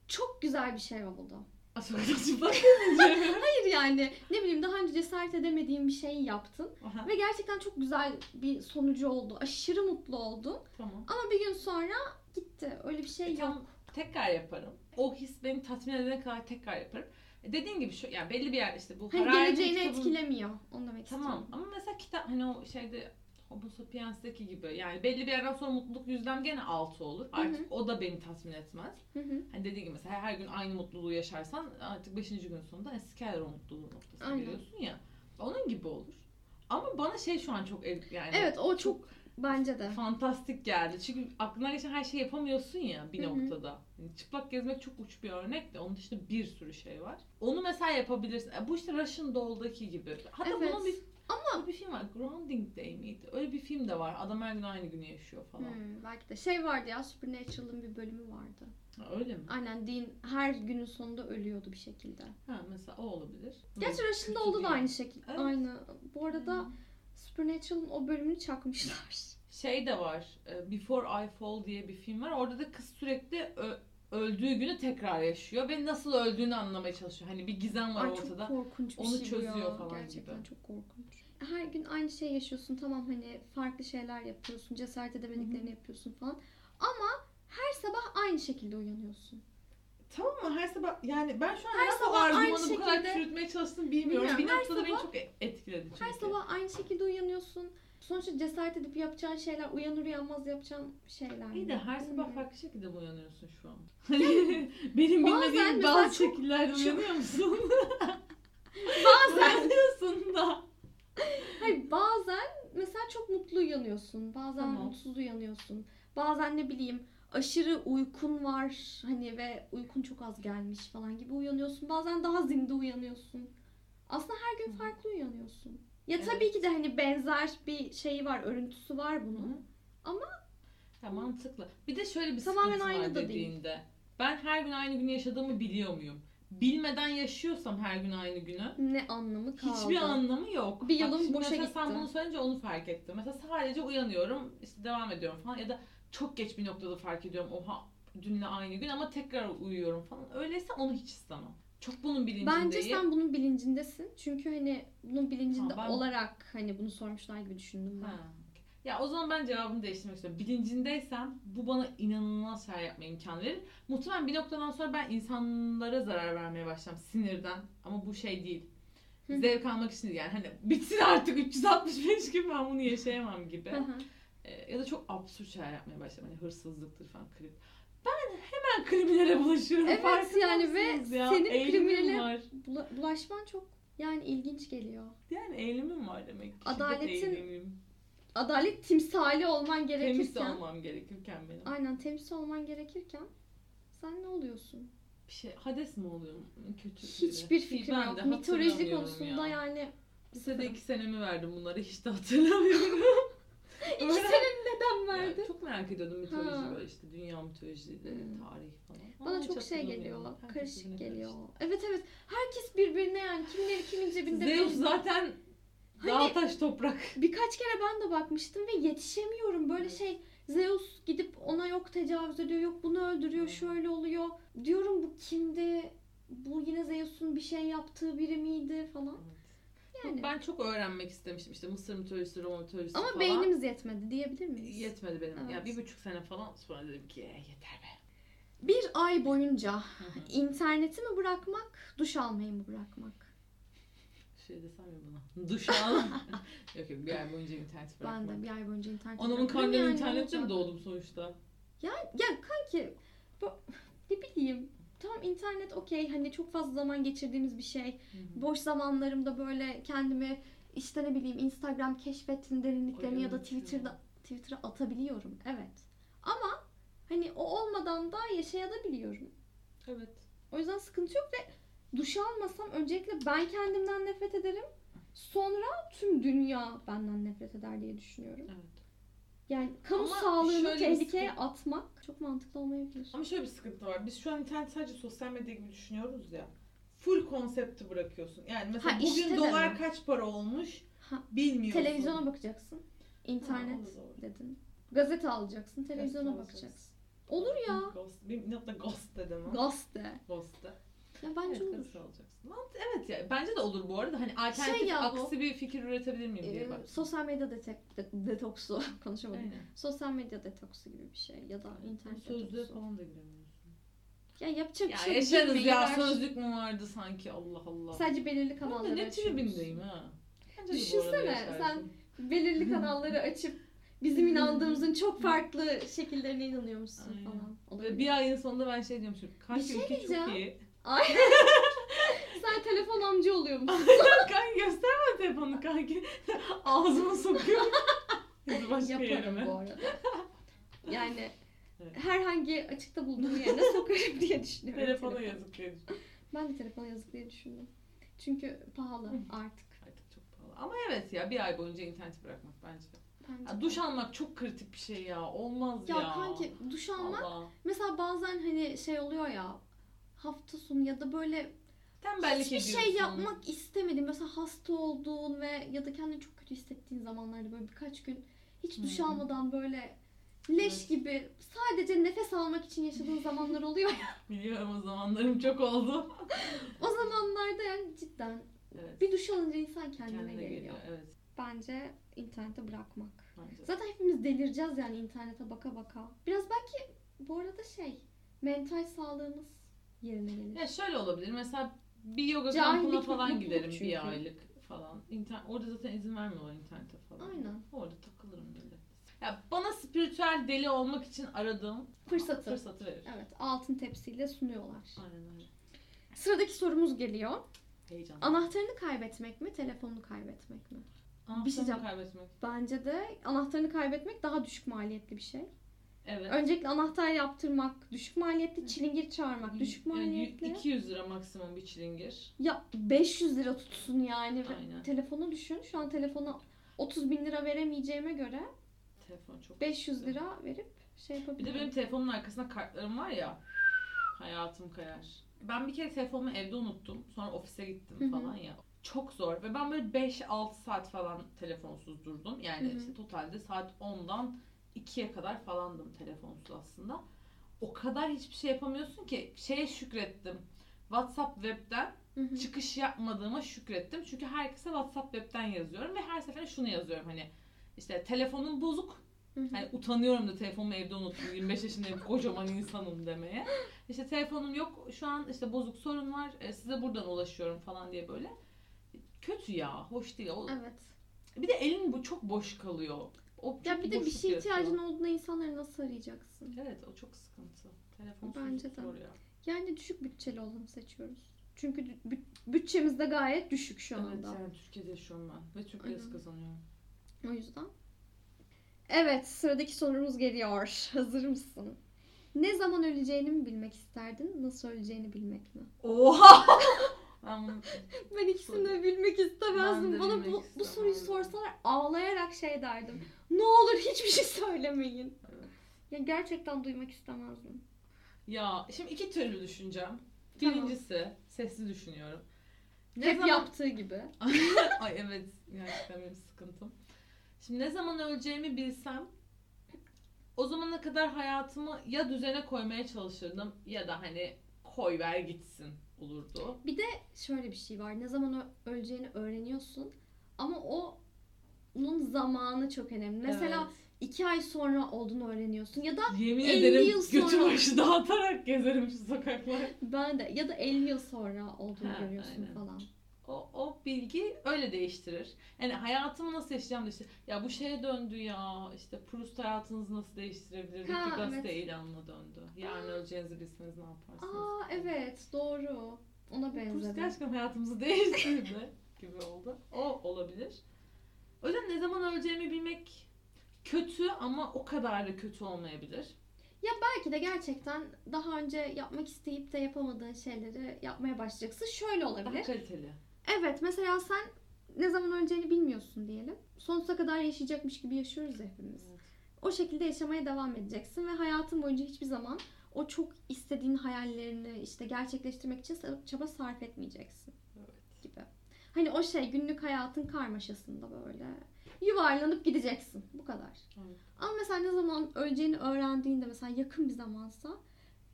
Speaker 1: çok güzel bir şey oldu.
Speaker 2: Aa, Sokakta çıplak gezince.
Speaker 1: Hayır yani ne bileyim daha önce cesaret edemediğin bir şeyi yaptın
Speaker 2: Aha,
Speaker 1: ve gerçekten çok güzel bir sonucu oldu. Aşırı mutlu oldun.
Speaker 2: tamam.
Speaker 1: Ama bir gün sonra gitti. Öyle bir şey
Speaker 2: E,
Speaker 1: yok.
Speaker 2: tamam, tekrar yaparım. O his beni tatmin edene kadar tekrar yaparım. E, Dediğin gibi şu yani belli bir yer işte bu
Speaker 1: Hani
Speaker 2: hararetin
Speaker 1: geleceğini
Speaker 2: kitabın-
Speaker 1: etkilemiyor. Onu demek
Speaker 2: Tamam
Speaker 1: istiyorum.
Speaker 2: ama mesela kitap hani o şeyde Homo sapiens'teki gibi yani belli bir yerden sonra mutluluk yüzdem gene 6 olur. Artık o da beni tatmin etmez.
Speaker 1: Hı hı.
Speaker 2: Hani dediğim gibi mesela her gün aynı mutluluğu yaşarsan artık 5. günün sonunda eskiler o mutluluğu noktasına
Speaker 1: Aynen.
Speaker 2: geliyorsun ya. Onun gibi olur. Ama bana şey şu an çok el- yani
Speaker 1: Evet o çok bence de.
Speaker 2: fantastik geldi. Çünkü aklına geçen her şeyi yapamıyorsun ya bir
Speaker 1: Hı hı.
Speaker 2: noktada. Yani çıplak gezmek çok uç bir örnek de onun dışında bir sürü şey var. Onu mesela yapabilirsin. E, Bu işte Russian Doll'daki gibi. Hatta
Speaker 1: Evet.
Speaker 2: bunun bir ama bir film var. Grounding Day miydi? Öyle bir film de var. Adam her gün aynı günü yaşıyor falan.
Speaker 1: Hmm, belki de şey vardı ya Supernatural'ın bir bölümü vardı.
Speaker 2: Ha, Öyle mi?
Speaker 1: Aynen Dean her günün sonunda ölüyordu bir şekilde.
Speaker 2: Ha mesela o olabilir.
Speaker 1: Gerçi
Speaker 2: Hı,
Speaker 1: Rush'ın
Speaker 2: kötü
Speaker 1: oldu da
Speaker 2: değil.
Speaker 1: aynı şekilde.
Speaker 2: Evet.
Speaker 1: Aynı. Bu arada Supernatural'ın o bölümünü çakmışlar.
Speaker 2: şey de var. e, Before I Fall diye bir film var. Orada da kız sürekli ö- öldüğü günü tekrar yaşıyor ve nasıl öldüğünü anlamaya çalışıyor. Hani bir gizem var
Speaker 1: Ay çok
Speaker 2: ortada.
Speaker 1: korkunç bir
Speaker 2: Onu
Speaker 1: şey bu
Speaker 2: çözüyor
Speaker 1: ya.
Speaker 2: falan
Speaker 1: Gerçekten
Speaker 2: gibi.
Speaker 1: çok korkunç. Her gün aynı şeyi yaşıyorsun tamam hani farklı şeyler yapıyorsun, cesaret edemediklerini yapıyorsun falan. Ama her sabah aynı şekilde uyanıyorsun.
Speaker 2: Tamam mı? Her sabah yani ben şu an
Speaker 1: Her
Speaker 2: nasıl
Speaker 1: sabah aynı
Speaker 2: argümanı bu kadar
Speaker 1: şekilde-
Speaker 2: çürütmeye çalıştığını bilmiyorum.
Speaker 1: Bilmiyorum.
Speaker 2: Bir
Speaker 1: Her
Speaker 2: noktada beni
Speaker 1: sabah-
Speaker 2: çok etkiledi çünkü.
Speaker 1: Her sabah aynı şekilde uyanıyorsun. Sonuçta cesaret edip yapacağın şeyler uyanır uyanmaz yapacağın şeyler.
Speaker 2: İyi de her sabah
Speaker 1: Bilmiyorum.
Speaker 2: farklı şekilde mi uyanıyorsun şu an? Benim bilmediğim
Speaker 1: mesela
Speaker 2: bazı
Speaker 1: çok-
Speaker 2: şekillerde
Speaker 1: çok-
Speaker 2: uyanıyor musun?
Speaker 1: Bazen.
Speaker 2: Uyanıyorsun da.
Speaker 1: Hayır bazen mesela çok mutlu uyanıyorsun. Bazen
Speaker 2: Tamam.
Speaker 1: mutsuz uyanıyorsun. Bazen ne bileyim aşırı uykun var hani ve uykun çok az gelmiş falan gibi uyanıyorsun. Bazen daha zinde uyanıyorsun. Aslında her gün
Speaker 2: Hı.
Speaker 1: farklı uyanıyorsun. Ya
Speaker 2: Evet.
Speaker 1: tabii ki de hani benzer bir şeyi var, örüntüsü var bunun.
Speaker 2: Ama ya mantıklı. Bir de şöyle bir
Speaker 1: Tamamen
Speaker 2: sıkıntı var
Speaker 1: aynı da değil.
Speaker 2: dediğinde. Ben her gün aynı günü yaşadığımı biliyor muyum? Bilmeden yaşıyorsam her gün aynı günü
Speaker 1: Ne anlamı kaldı?
Speaker 2: hiçbir anlamı yok.
Speaker 1: Bir yılım
Speaker 2: şimdi
Speaker 1: boşa
Speaker 2: mesela sen
Speaker 1: gitti.
Speaker 2: bunu söyleyince onu fark ettim. Mesela sadece uyanıyorum, işte devam ediyorum falan ya da çok geç bir noktada fark ediyorum. Oha dünle aynı gün ama tekrar uyuyorum falan. Öyleyse onu hiç istemem. Çok bunun bilincindeyim.
Speaker 1: Bence sen bunun bilincindesin. Çünkü hani bunun bilincinde
Speaker 2: Ha, ben-
Speaker 1: olarak hani bunu sormuşlar gibi düşündüm ben.
Speaker 2: Ha. Ya o zaman ben cevabımı değiştirmek istiyorum. Bilincindeysen bu bana inanılmaz şey yapma imkanı verir. Muhtemelen bir noktadan sonra ben insanlara zarar vermeye başlarım sinirden. Ama bu şey değil.
Speaker 1: Hı hı.
Speaker 2: Zevk almak için değil yani hani bitsin artık 365 gün ben bunu yaşayamam gibi.
Speaker 1: Hı hı.
Speaker 2: Ee, ya da çok absürt şeyler yapmaya başlarım. Hani hırsızlıktır falan krim. Ben hemen kriminale bulaşıyorum.
Speaker 1: Evet
Speaker 2: Farkında
Speaker 1: yani ve
Speaker 2: mısınız ya?
Speaker 1: senin
Speaker 2: Eğilimim
Speaker 1: kriminale-
Speaker 2: var.
Speaker 1: Bula- bulaşman çok yani ilginç geliyor.
Speaker 2: Yani eğilimim var demek ki. Şiddet
Speaker 1: Adaletin-
Speaker 2: eğilimim.
Speaker 1: Adalet timsali olman
Speaker 2: Temiz de
Speaker 1: gerekirken,
Speaker 2: olmam gerekirken benim.
Speaker 1: aynen temiz olman gerekirken sen ne oluyorsun?
Speaker 2: Bir şey Hades mi oluyor? Kötü.
Speaker 1: Hiçbir
Speaker 2: şey.
Speaker 1: fikrim yok. Mitoloji konusunda yani
Speaker 2: Lisede iki senemi verdim bunlara hiç de hatırlamıyorum.
Speaker 1: iki senin neden verdin?
Speaker 2: Yani çok merak ediyordum mitoloji
Speaker 1: Ha.
Speaker 2: böyle işte dünya mitolojileri,
Speaker 1: Hmm.
Speaker 2: tarihi falan. Ama
Speaker 1: Bana
Speaker 2: hiç
Speaker 1: çok şey
Speaker 2: hatırlamıyorum.
Speaker 1: geliyor,
Speaker 2: Herkes birbirine
Speaker 1: karışık geliyor. Evet evet, herkes birbirine yani kimleri kimin cebinde.
Speaker 2: Zeus
Speaker 1: bir-
Speaker 2: zaten
Speaker 1: Hani-
Speaker 2: dağ taş toprak.
Speaker 1: Birkaç kere ben de bakmıştım ve yetişemiyorum. Böyle
Speaker 2: Evet.
Speaker 1: şey Zeus gidip ona yok tecavüz ediyor, yok bunu öldürüyor,
Speaker 2: Hmm.
Speaker 1: şöyle oluyor. Diyorum bu kimdi? Bu yine Zeus'un bir şey yaptığı biri miydi falan. Yani.
Speaker 2: Ben çok öğrenmek istemiştim işte Mısır mitolojisi, Roma mitolojisi
Speaker 1: Ama
Speaker 2: falan.
Speaker 1: beynimiz yetmedi diyebilir miyiz?
Speaker 2: yetmedi benim. Ya
Speaker 1: Evet.
Speaker 2: bir buçuk sene falan sonra dedim ki "Eh, yeter be.
Speaker 1: Bir ay boyunca
Speaker 2: Hı hı.
Speaker 1: interneti mi bırakmak, duş almayı mı bırakmak?
Speaker 2: şey desem ya bana. Duş al. yok yok bir ay boyunca internet bırakma.
Speaker 1: Ben de bir ay boyunca interneti
Speaker 2: Anamın
Speaker 1: bırakmam
Speaker 2: karnının
Speaker 1: yani,
Speaker 2: internette mi
Speaker 1: olacak?
Speaker 2: doğdum sonuçta?
Speaker 1: Ya, ya kanki bu, ne bileyim Tamam internet okey hani çok fazla zaman geçirdiğimiz bir şey. Boş zamanlarımda böyle kendimi işte ne bileyim Instagram keşfettin derinliklerini
Speaker 2: Ay,
Speaker 1: ya da
Speaker 2: evet ya.
Speaker 1: Twitter'da Twitter'a atabiliyorum. Evet. Ama hani o olmadan da yaşayabiliyorum.
Speaker 2: Evet.
Speaker 1: O yüzden sıkıntı yok ve duş almasam öncelikle ben kendimden nefret ederim. Sonra tüm dünya benden nefret eder diye düşünüyorum.
Speaker 2: Evet.
Speaker 1: Yani kamu
Speaker 2: Ama
Speaker 1: sağlığını
Speaker 2: şöyle bir
Speaker 1: tehlikeye atmak çok mantıklı olmayabilir.
Speaker 2: Ama şöyle bir sıkıntı var. Biz şu an internet sadece sosyal medya gibi düşünüyoruz ya. Full konsepti bırakıyorsun. Yani mesela
Speaker 1: Ha,
Speaker 2: bugün
Speaker 1: işte de
Speaker 2: dolar
Speaker 1: mi?
Speaker 2: kaç para olmuş
Speaker 1: Ha,
Speaker 2: bilmiyorsun.
Speaker 1: televizyona bakacaksın.
Speaker 2: Ha,
Speaker 1: İnternet
Speaker 2: olur, olur.
Speaker 1: dedin. Gazete alacaksın, televizyona
Speaker 2: Gazete
Speaker 1: bakacaksın. Olur ya.
Speaker 2: Ghost. Benim inatla ghost dedim ama.
Speaker 1: Gazete.
Speaker 2: Ghost'ta.
Speaker 1: Ya bence
Speaker 2: evet,
Speaker 1: olur.
Speaker 2: gazete alacaksın. Mant- Evet ya. Bence de olur bu arada. Hani alternatif
Speaker 1: Şey ya bu.
Speaker 2: aksi bir fikir üretebilir miyim diye
Speaker 1: Ee,
Speaker 2: bak.
Speaker 1: sosyal medya detek- de- detoksu konuşamadım.
Speaker 2: Aynen. Hani
Speaker 1: Sosyal medya detoksu gibi bir şey ya da internet
Speaker 2: Sözlüğe
Speaker 1: detoksu.
Speaker 2: falan da giremiyorsun.
Speaker 1: Ya yapacak bir
Speaker 2: Ya
Speaker 1: şey yok.
Speaker 2: yaşarız ya
Speaker 1: Bilmeyiler.
Speaker 2: sözlük mü vardı sanki Allah Allah.
Speaker 1: Sadece belirli
Speaker 2: Ben
Speaker 1: kanalları
Speaker 2: de ne
Speaker 1: açıyoruz.
Speaker 2: tribindeyim ha. Bence de bu
Speaker 1: Düşünsene,
Speaker 2: arada yaşarsın.
Speaker 1: sen- Belirli kanalları açıp bizim inandığımızın çok farklı şekillerine inanıyormuşsun
Speaker 2: Aynen.
Speaker 1: falan.
Speaker 2: Ve
Speaker 1: Olabilir.
Speaker 2: bir ayın sonunda ben şey diyorum şimdi. Kanka
Speaker 1: şey
Speaker 2: ülke
Speaker 1: diyeceğim.
Speaker 2: çok iyi.
Speaker 1: Sen telefon amca oluyormuşsun.
Speaker 2: kanka gösterme telefonu kanka. Ağzıma sokuyorum. Hadi başka
Speaker 1: Yaparım
Speaker 2: yerime.
Speaker 1: bu arada. Yani
Speaker 2: Evet.
Speaker 1: herhangi açıkta bulduğum yerine sokarım diye düşünüyorum.
Speaker 2: Telefona
Speaker 1: telefonu.
Speaker 2: yazık dedim.
Speaker 1: Ben de telefona yazık diye düşündüm. Çünkü pahalı artık.
Speaker 2: Artık çok pahalı. Ama evet ya bir ay boyunca interneti bırakmak bence.
Speaker 1: Bence
Speaker 2: Ya duş almak çok kritik bir şey ya. Olmaz ya.
Speaker 1: Ya kanki duş almak
Speaker 2: Allah.
Speaker 1: mesela bazen hani şey oluyor ya hafta sonu ya da böyle
Speaker 2: Tembellik
Speaker 1: hiçbir
Speaker 2: ediyorsun.
Speaker 1: şey yapmak istemediğin mesela hasta olduğun ve ya da kendini çok kötü hissettiğin zamanlarda böyle birkaç gün hiç duş
Speaker 2: Hı.
Speaker 1: almadan böyle leş
Speaker 2: Evet.
Speaker 1: gibi sadece nefes almak için yaşadığın zamanlar oluyor ya.
Speaker 2: Biliyorum o zamanlarım çok oldu.
Speaker 1: O zamanlarda yani cidden
Speaker 2: Evet.
Speaker 1: bir duş alınca insan kendine,
Speaker 2: Kendine
Speaker 1: geliyor.
Speaker 2: geliyor. Evet.
Speaker 1: Bence internete bırakmak.
Speaker 2: Bence. de.
Speaker 1: Zaten hepimiz delireceğiz yani internete baka baka. Biraz belki bu arada şey mental sağlığımız yerine gelir.
Speaker 2: Ya şöyle olabilir. Mesela bir yoga
Speaker 1: Cahillik
Speaker 2: kampına
Speaker 1: mi?
Speaker 2: falan
Speaker 1: Mutluluk
Speaker 2: giderim
Speaker 1: çünkü.
Speaker 2: bir aylık falan. İnter orada zaten izin vermiyorlar internete falan.
Speaker 1: Aynen.
Speaker 2: Orada takılırım millet. Ya bana spiritüel deli olmak için aradığım
Speaker 1: Fırsatı.
Speaker 2: fırsatı verir.
Speaker 1: Evet altın tepsiyle sunuyorlar.
Speaker 2: Aynen öyle.
Speaker 1: Sıradaki sorumuz geliyor.
Speaker 2: Heyecan.
Speaker 1: Anahtarını kaybetmek mi, telefonunu kaybetmek mi?
Speaker 2: Anahtarımı
Speaker 1: bir şey diyeceğim.
Speaker 2: kaybetmek.
Speaker 1: Bence de anahtarını kaybetmek daha düşük maliyetli bir şey.
Speaker 2: Evet.
Speaker 1: Öncelikle anahtar yaptırmak düşük maliyetli, çilingir çağırmak
Speaker 2: Y-
Speaker 1: düşük
Speaker 2: yani y-
Speaker 1: maliyetli.
Speaker 2: 200 lira maksimum bir çilingir.
Speaker 1: Ya 500 lira tutsun yani.
Speaker 2: Aynen.
Speaker 1: Telefonu düşün. Şu an telefona 30 bin lira veremeyeceğime göre
Speaker 2: Telefon çok.
Speaker 1: 500 lira verip şey
Speaker 2: Bir de
Speaker 1: yapabilirim.
Speaker 2: benim telefonumun arkasında kartlarım var ya. Hayatım kayar. Ben bir kere telefonumu evde unuttum. Sonra ofise
Speaker 1: Hı hı.
Speaker 2: gittim falan ya. Çok zor ve ben böyle 5-6 saat falan telefonsuz durdum. Yani
Speaker 1: Hı hı.
Speaker 2: işte totalde saat 10'dan 2'ye kadar falandım telefonsuz aslında. O kadar hiçbir şey yapamıyorsun ki şeye şükrettim. WhatsApp web'den
Speaker 1: Hı hı.
Speaker 2: çıkış yapmadığıma şükrettim. Çünkü herkese WhatsApp web'den yazıyorum ve her seferinde şunu yazıyorum hani işte telefonun bozuk
Speaker 1: Hı hı.
Speaker 2: Hani utanıyorum da telefonumu evde unuttum. 25 yaşındayım kocaman insanım demeye. İşte telefonum yok. Şu an işte bozuk sorun var. e, Size buradan ulaşıyorum falan diye böyle. Kötü ya. Hoş değil. O-
Speaker 1: Evet.
Speaker 2: Bir de elin bu çok boş kalıyor. O çok
Speaker 1: Ya bir de bir
Speaker 2: boşluk
Speaker 1: şeye ihtiyacın
Speaker 2: yaratıyor.
Speaker 1: olduğunda insanları nasıl arayacaksın?
Speaker 2: Evet o çok sıkıntı. Telefon
Speaker 1: Bence de.
Speaker 2: zor ya.
Speaker 1: Yani düşük bütçeli olanı seçiyoruz. Çünkü bü- bütçemiz de gayet düşük şu
Speaker 2: Evet
Speaker 1: anda.
Speaker 2: yani Türkiye'de yaşıyorum ben. Ve Türk
Speaker 1: Aynen.
Speaker 2: lirası kazanıyorum.
Speaker 1: O yüzden. Evet, sıradaki sorumuz geliyor. Hazır mısın? Ne zaman öleceğini mi bilmek isterdin? Nasıl öleceğini bilmek mi?
Speaker 2: Oha! ben bunu...
Speaker 1: Ben ikisini de bilmek
Speaker 2: Ben
Speaker 1: istemezdim.
Speaker 2: de
Speaker 1: Bana
Speaker 2: bilmek
Speaker 1: bu, bu soruyu
Speaker 2: istemezdim.
Speaker 1: sorsalar ağlayarak şey derdim. Ne olur hiçbir şey söylemeyin.
Speaker 2: Evet.
Speaker 1: Ya gerçekten duymak istemezdim.
Speaker 2: Ya şimdi iki türlü düşüneceğim.
Speaker 1: Tamam.
Speaker 2: Birincisi sesli düşünüyorum.
Speaker 1: Hep
Speaker 2: zaman-
Speaker 1: yaptığı gibi.
Speaker 2: Ay evet gerçekten benim sıkıntım. Şimdi ne zaman öleceğimi bilsem o zamana kadar hayatımı ya düzene koymaya çalışırdım ya da hani koy ver gitsin olurdu.
Speaker 1: Şöyle bir şey var. Ne zaman ö- öleceğini öğreniyorsun ama o onun zamanı çok önemli. Mesela iki ay sonra olduğunu öğreniyorsun ya da
Speaker 2: Evet. yemin
Speaker 1: 50
Speaker 2: ederim
Speaker 1: yıl
Speaker 2: götü
Speaker 1: sonra-
Speaker 2: başı dağıtarak gezerim şu sokaklar.
Speaker 1: Ben de ya da 50 yıl sonra olduğunu
Speaker 2: Ha,
Speaker 1: görüyorsun
Speaker 2: aynen.
Speaker 1: falan.
Speaker 2: O, o bilgi öyle değiştirir. Yani hayatımı nasıl yaşayacağım da işte ya bu şeye döndü ya işte Proust hayatınızı nasıl değiştirebilir?
Speaker 1: Ha,
Speaker 2: Ha, gazete
Speaker 1: evet.
Speaker 2: ilanına döndü. Yarın öleceğinizi bilseniz ne yaparsınız?
Speaker 1: Aa evet doğru. Ona
Speaker 2: Kurs
Speaker 1: benzedi.
Speaker 2: gerçekten hayatımızı değiştirdi gibi oldu. O olabilir. O yüzden ne zaman öleceğimi bilmek kötü ama o kadar da kötü olmayabilir.
Speaker 1: Belki de gerçekten daha önce yapmak isteyip de yapamadığın şeyleri yapmaya başlayacaksın. Şöyle
Speaker 2: Daha
Speaker 1: olabilir.
Speaker 2: kaliteli.
Speaker 1: Evet mesela sen ne zaman öleceğini bilmiyorsun diyelim. Sonsuza kadar yaşayacakmış gibi yaşıyoruz ya hepimiz.
Speaker 2: Evet.
Speaker 1: O şekilde yaşamaya devam edeceksin ve hayatın boyunca hiçbir zaman o çok istediğin hayallerini işte gerçekleştirmek için çaba sarf etmeyeceksin.
Speaker 2: Evet.
Speaker 1: gibi. Hani o şey günlük hayatın karmaşasında böyle yuvarlanıp gideceksin. Bu kadar.
Speaker 2: Evet.
Speaker 1: Ama mesela ne zaman öleceğini öğrendiğinde mesela yakın bir zamansa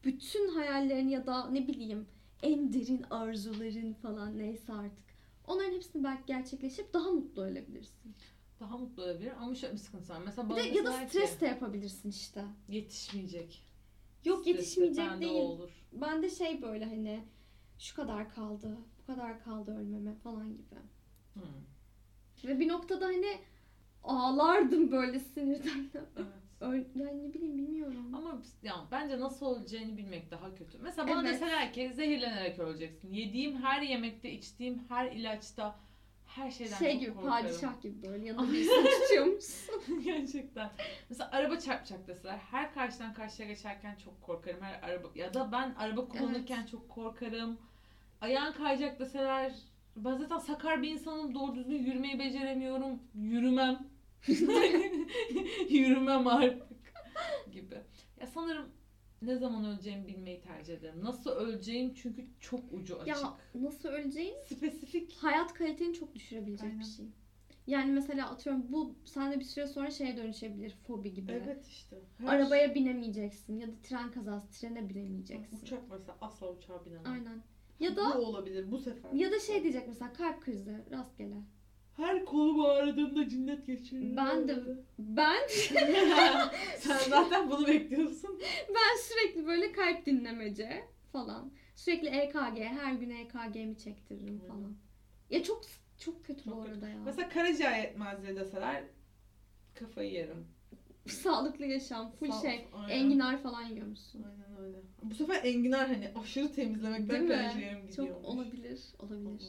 Speaker 1: bütün hayallerini ya da ne bileyim en derin arzuların falan neyse artık. Onların hepsini belki gerçekleşip daha mutlu ölebilirsin.
Speaker 2: Daha mutlu olabilir ama şöyle bir sıkıntı var. Mesela
Speaker 1: Bir
Speaker 2: bana
Speaker 1: de ya da
Speaker 2: deseler
Speaker 1: stres
Speaker 2: ki,
Speaker 1: de yapabilirsin işte.
Speaker 2: yetişmeyecek.
Speaker 1: Yok
Speaker 2: Stres de
Speaker 1: yetişmeyecek
Speaker 2: bende
Speaker 1: değil.
Speaker 2: o olur.
Speaker 1: Ben de şey böyle hani şu kadar kaldı, bu kadar kaldı ölmeme falan gibi.
Speaker 2: Hmm.
Speaker 1: Ve bir noktada hani ağlardım böyle sinirden.
Speaker 2: Evet.
Speaker 1: Öyle, yani ne bileyim bilmiyorum.
Speaker 2: Ama yani bence nasıl olacağını bilmek daha kötü. Mesela bana
Speaker 1: Evet.
Speaker 2: deseler ki zehirlenerek öleceksin. Yediğim her yemekte, içtiğim her ilaçta, her şeyden
Speaker 1: şey
Speaker 2: çok
Speaker 1: gibi
Speaker 2: korkarım.
Speaker 1: padişah gibi böyle yanında birisini tutuyormuşsun.
Speaker 2: Gerçekten. Mesela araba çarpacak deseler her karşıdan karşıya geçerken çok korkarım. Her araba ya da ben araba kullanırken çok korkarım. Ayağın kayacak deseler ben zaten sakar bir insanım doğru düzgün yürümeyi beceremiyorum. Yürümem. Yürümem artık gibi. Ya sanırım ne zaman öleceğimi bilmeyi tercih ederim. Nasıl öleceğim çünkü çok ucu açık.
Speaker 1: ya nasıl öleceğin
Speaker 2: Spesifik.
Speaker 1: hayat kaliteni çok düşürebilecek
Speaker 2: Aynen.
Speaker 1: bir şey. Yani mesela atıyorum bu sende bir süre sonra şeye dönüşebilir fobi gibi.
Speaker 2: Evet işte. Her- şey
Speaker 1: Arabaya binemeyeceksin ya da tren kazası trene binemeyeceksin.
Speaker 2: Uçak mesela asla uçağa binemem.
Speaker 1: Aynen. Ya da
Speaker 2: Bu olabilir bu sefer.
Speaker 1: ya da şey diyecek mesela kalp krizi rastgele.
Speaker 2: Her kolum ağrıdığında cinnet geçiririm.
Speaker 1: Ben de- Ben
Speaker 2: Sen zaten bunu bekliyorsun.
Speaker 1: ben sürekli böyle kalp dinlemece falan. Sürekli EKG, her gün EKG mi çektiririm
Speaker 2: Hı.
Speaker 1: falan. Ya çok çok kötü bu
Speaker 2: Çok kötü.
Speaker 1: arada ya.
Speaker 2: Mesela karaciğer yetmezliği deseler kafayı yerim.
Speaker 1: Sağlıklı yaşam, full
Speaker 2: Sağ-
Speaker 1: şey.
Speaker 2: Aynen.
Speaker 1: Enginar falan yiyormuşsun.
Speaker 2: Aynen öyle. Bu sefer enginar hani aşırı
Speaker 1: Değil
Speaker 2: temizlemekten
Speaker 1: mi?
Speaker 2: karaciğerim gidiyormuş.
Speaker 1: Çok olabilir, olabilir.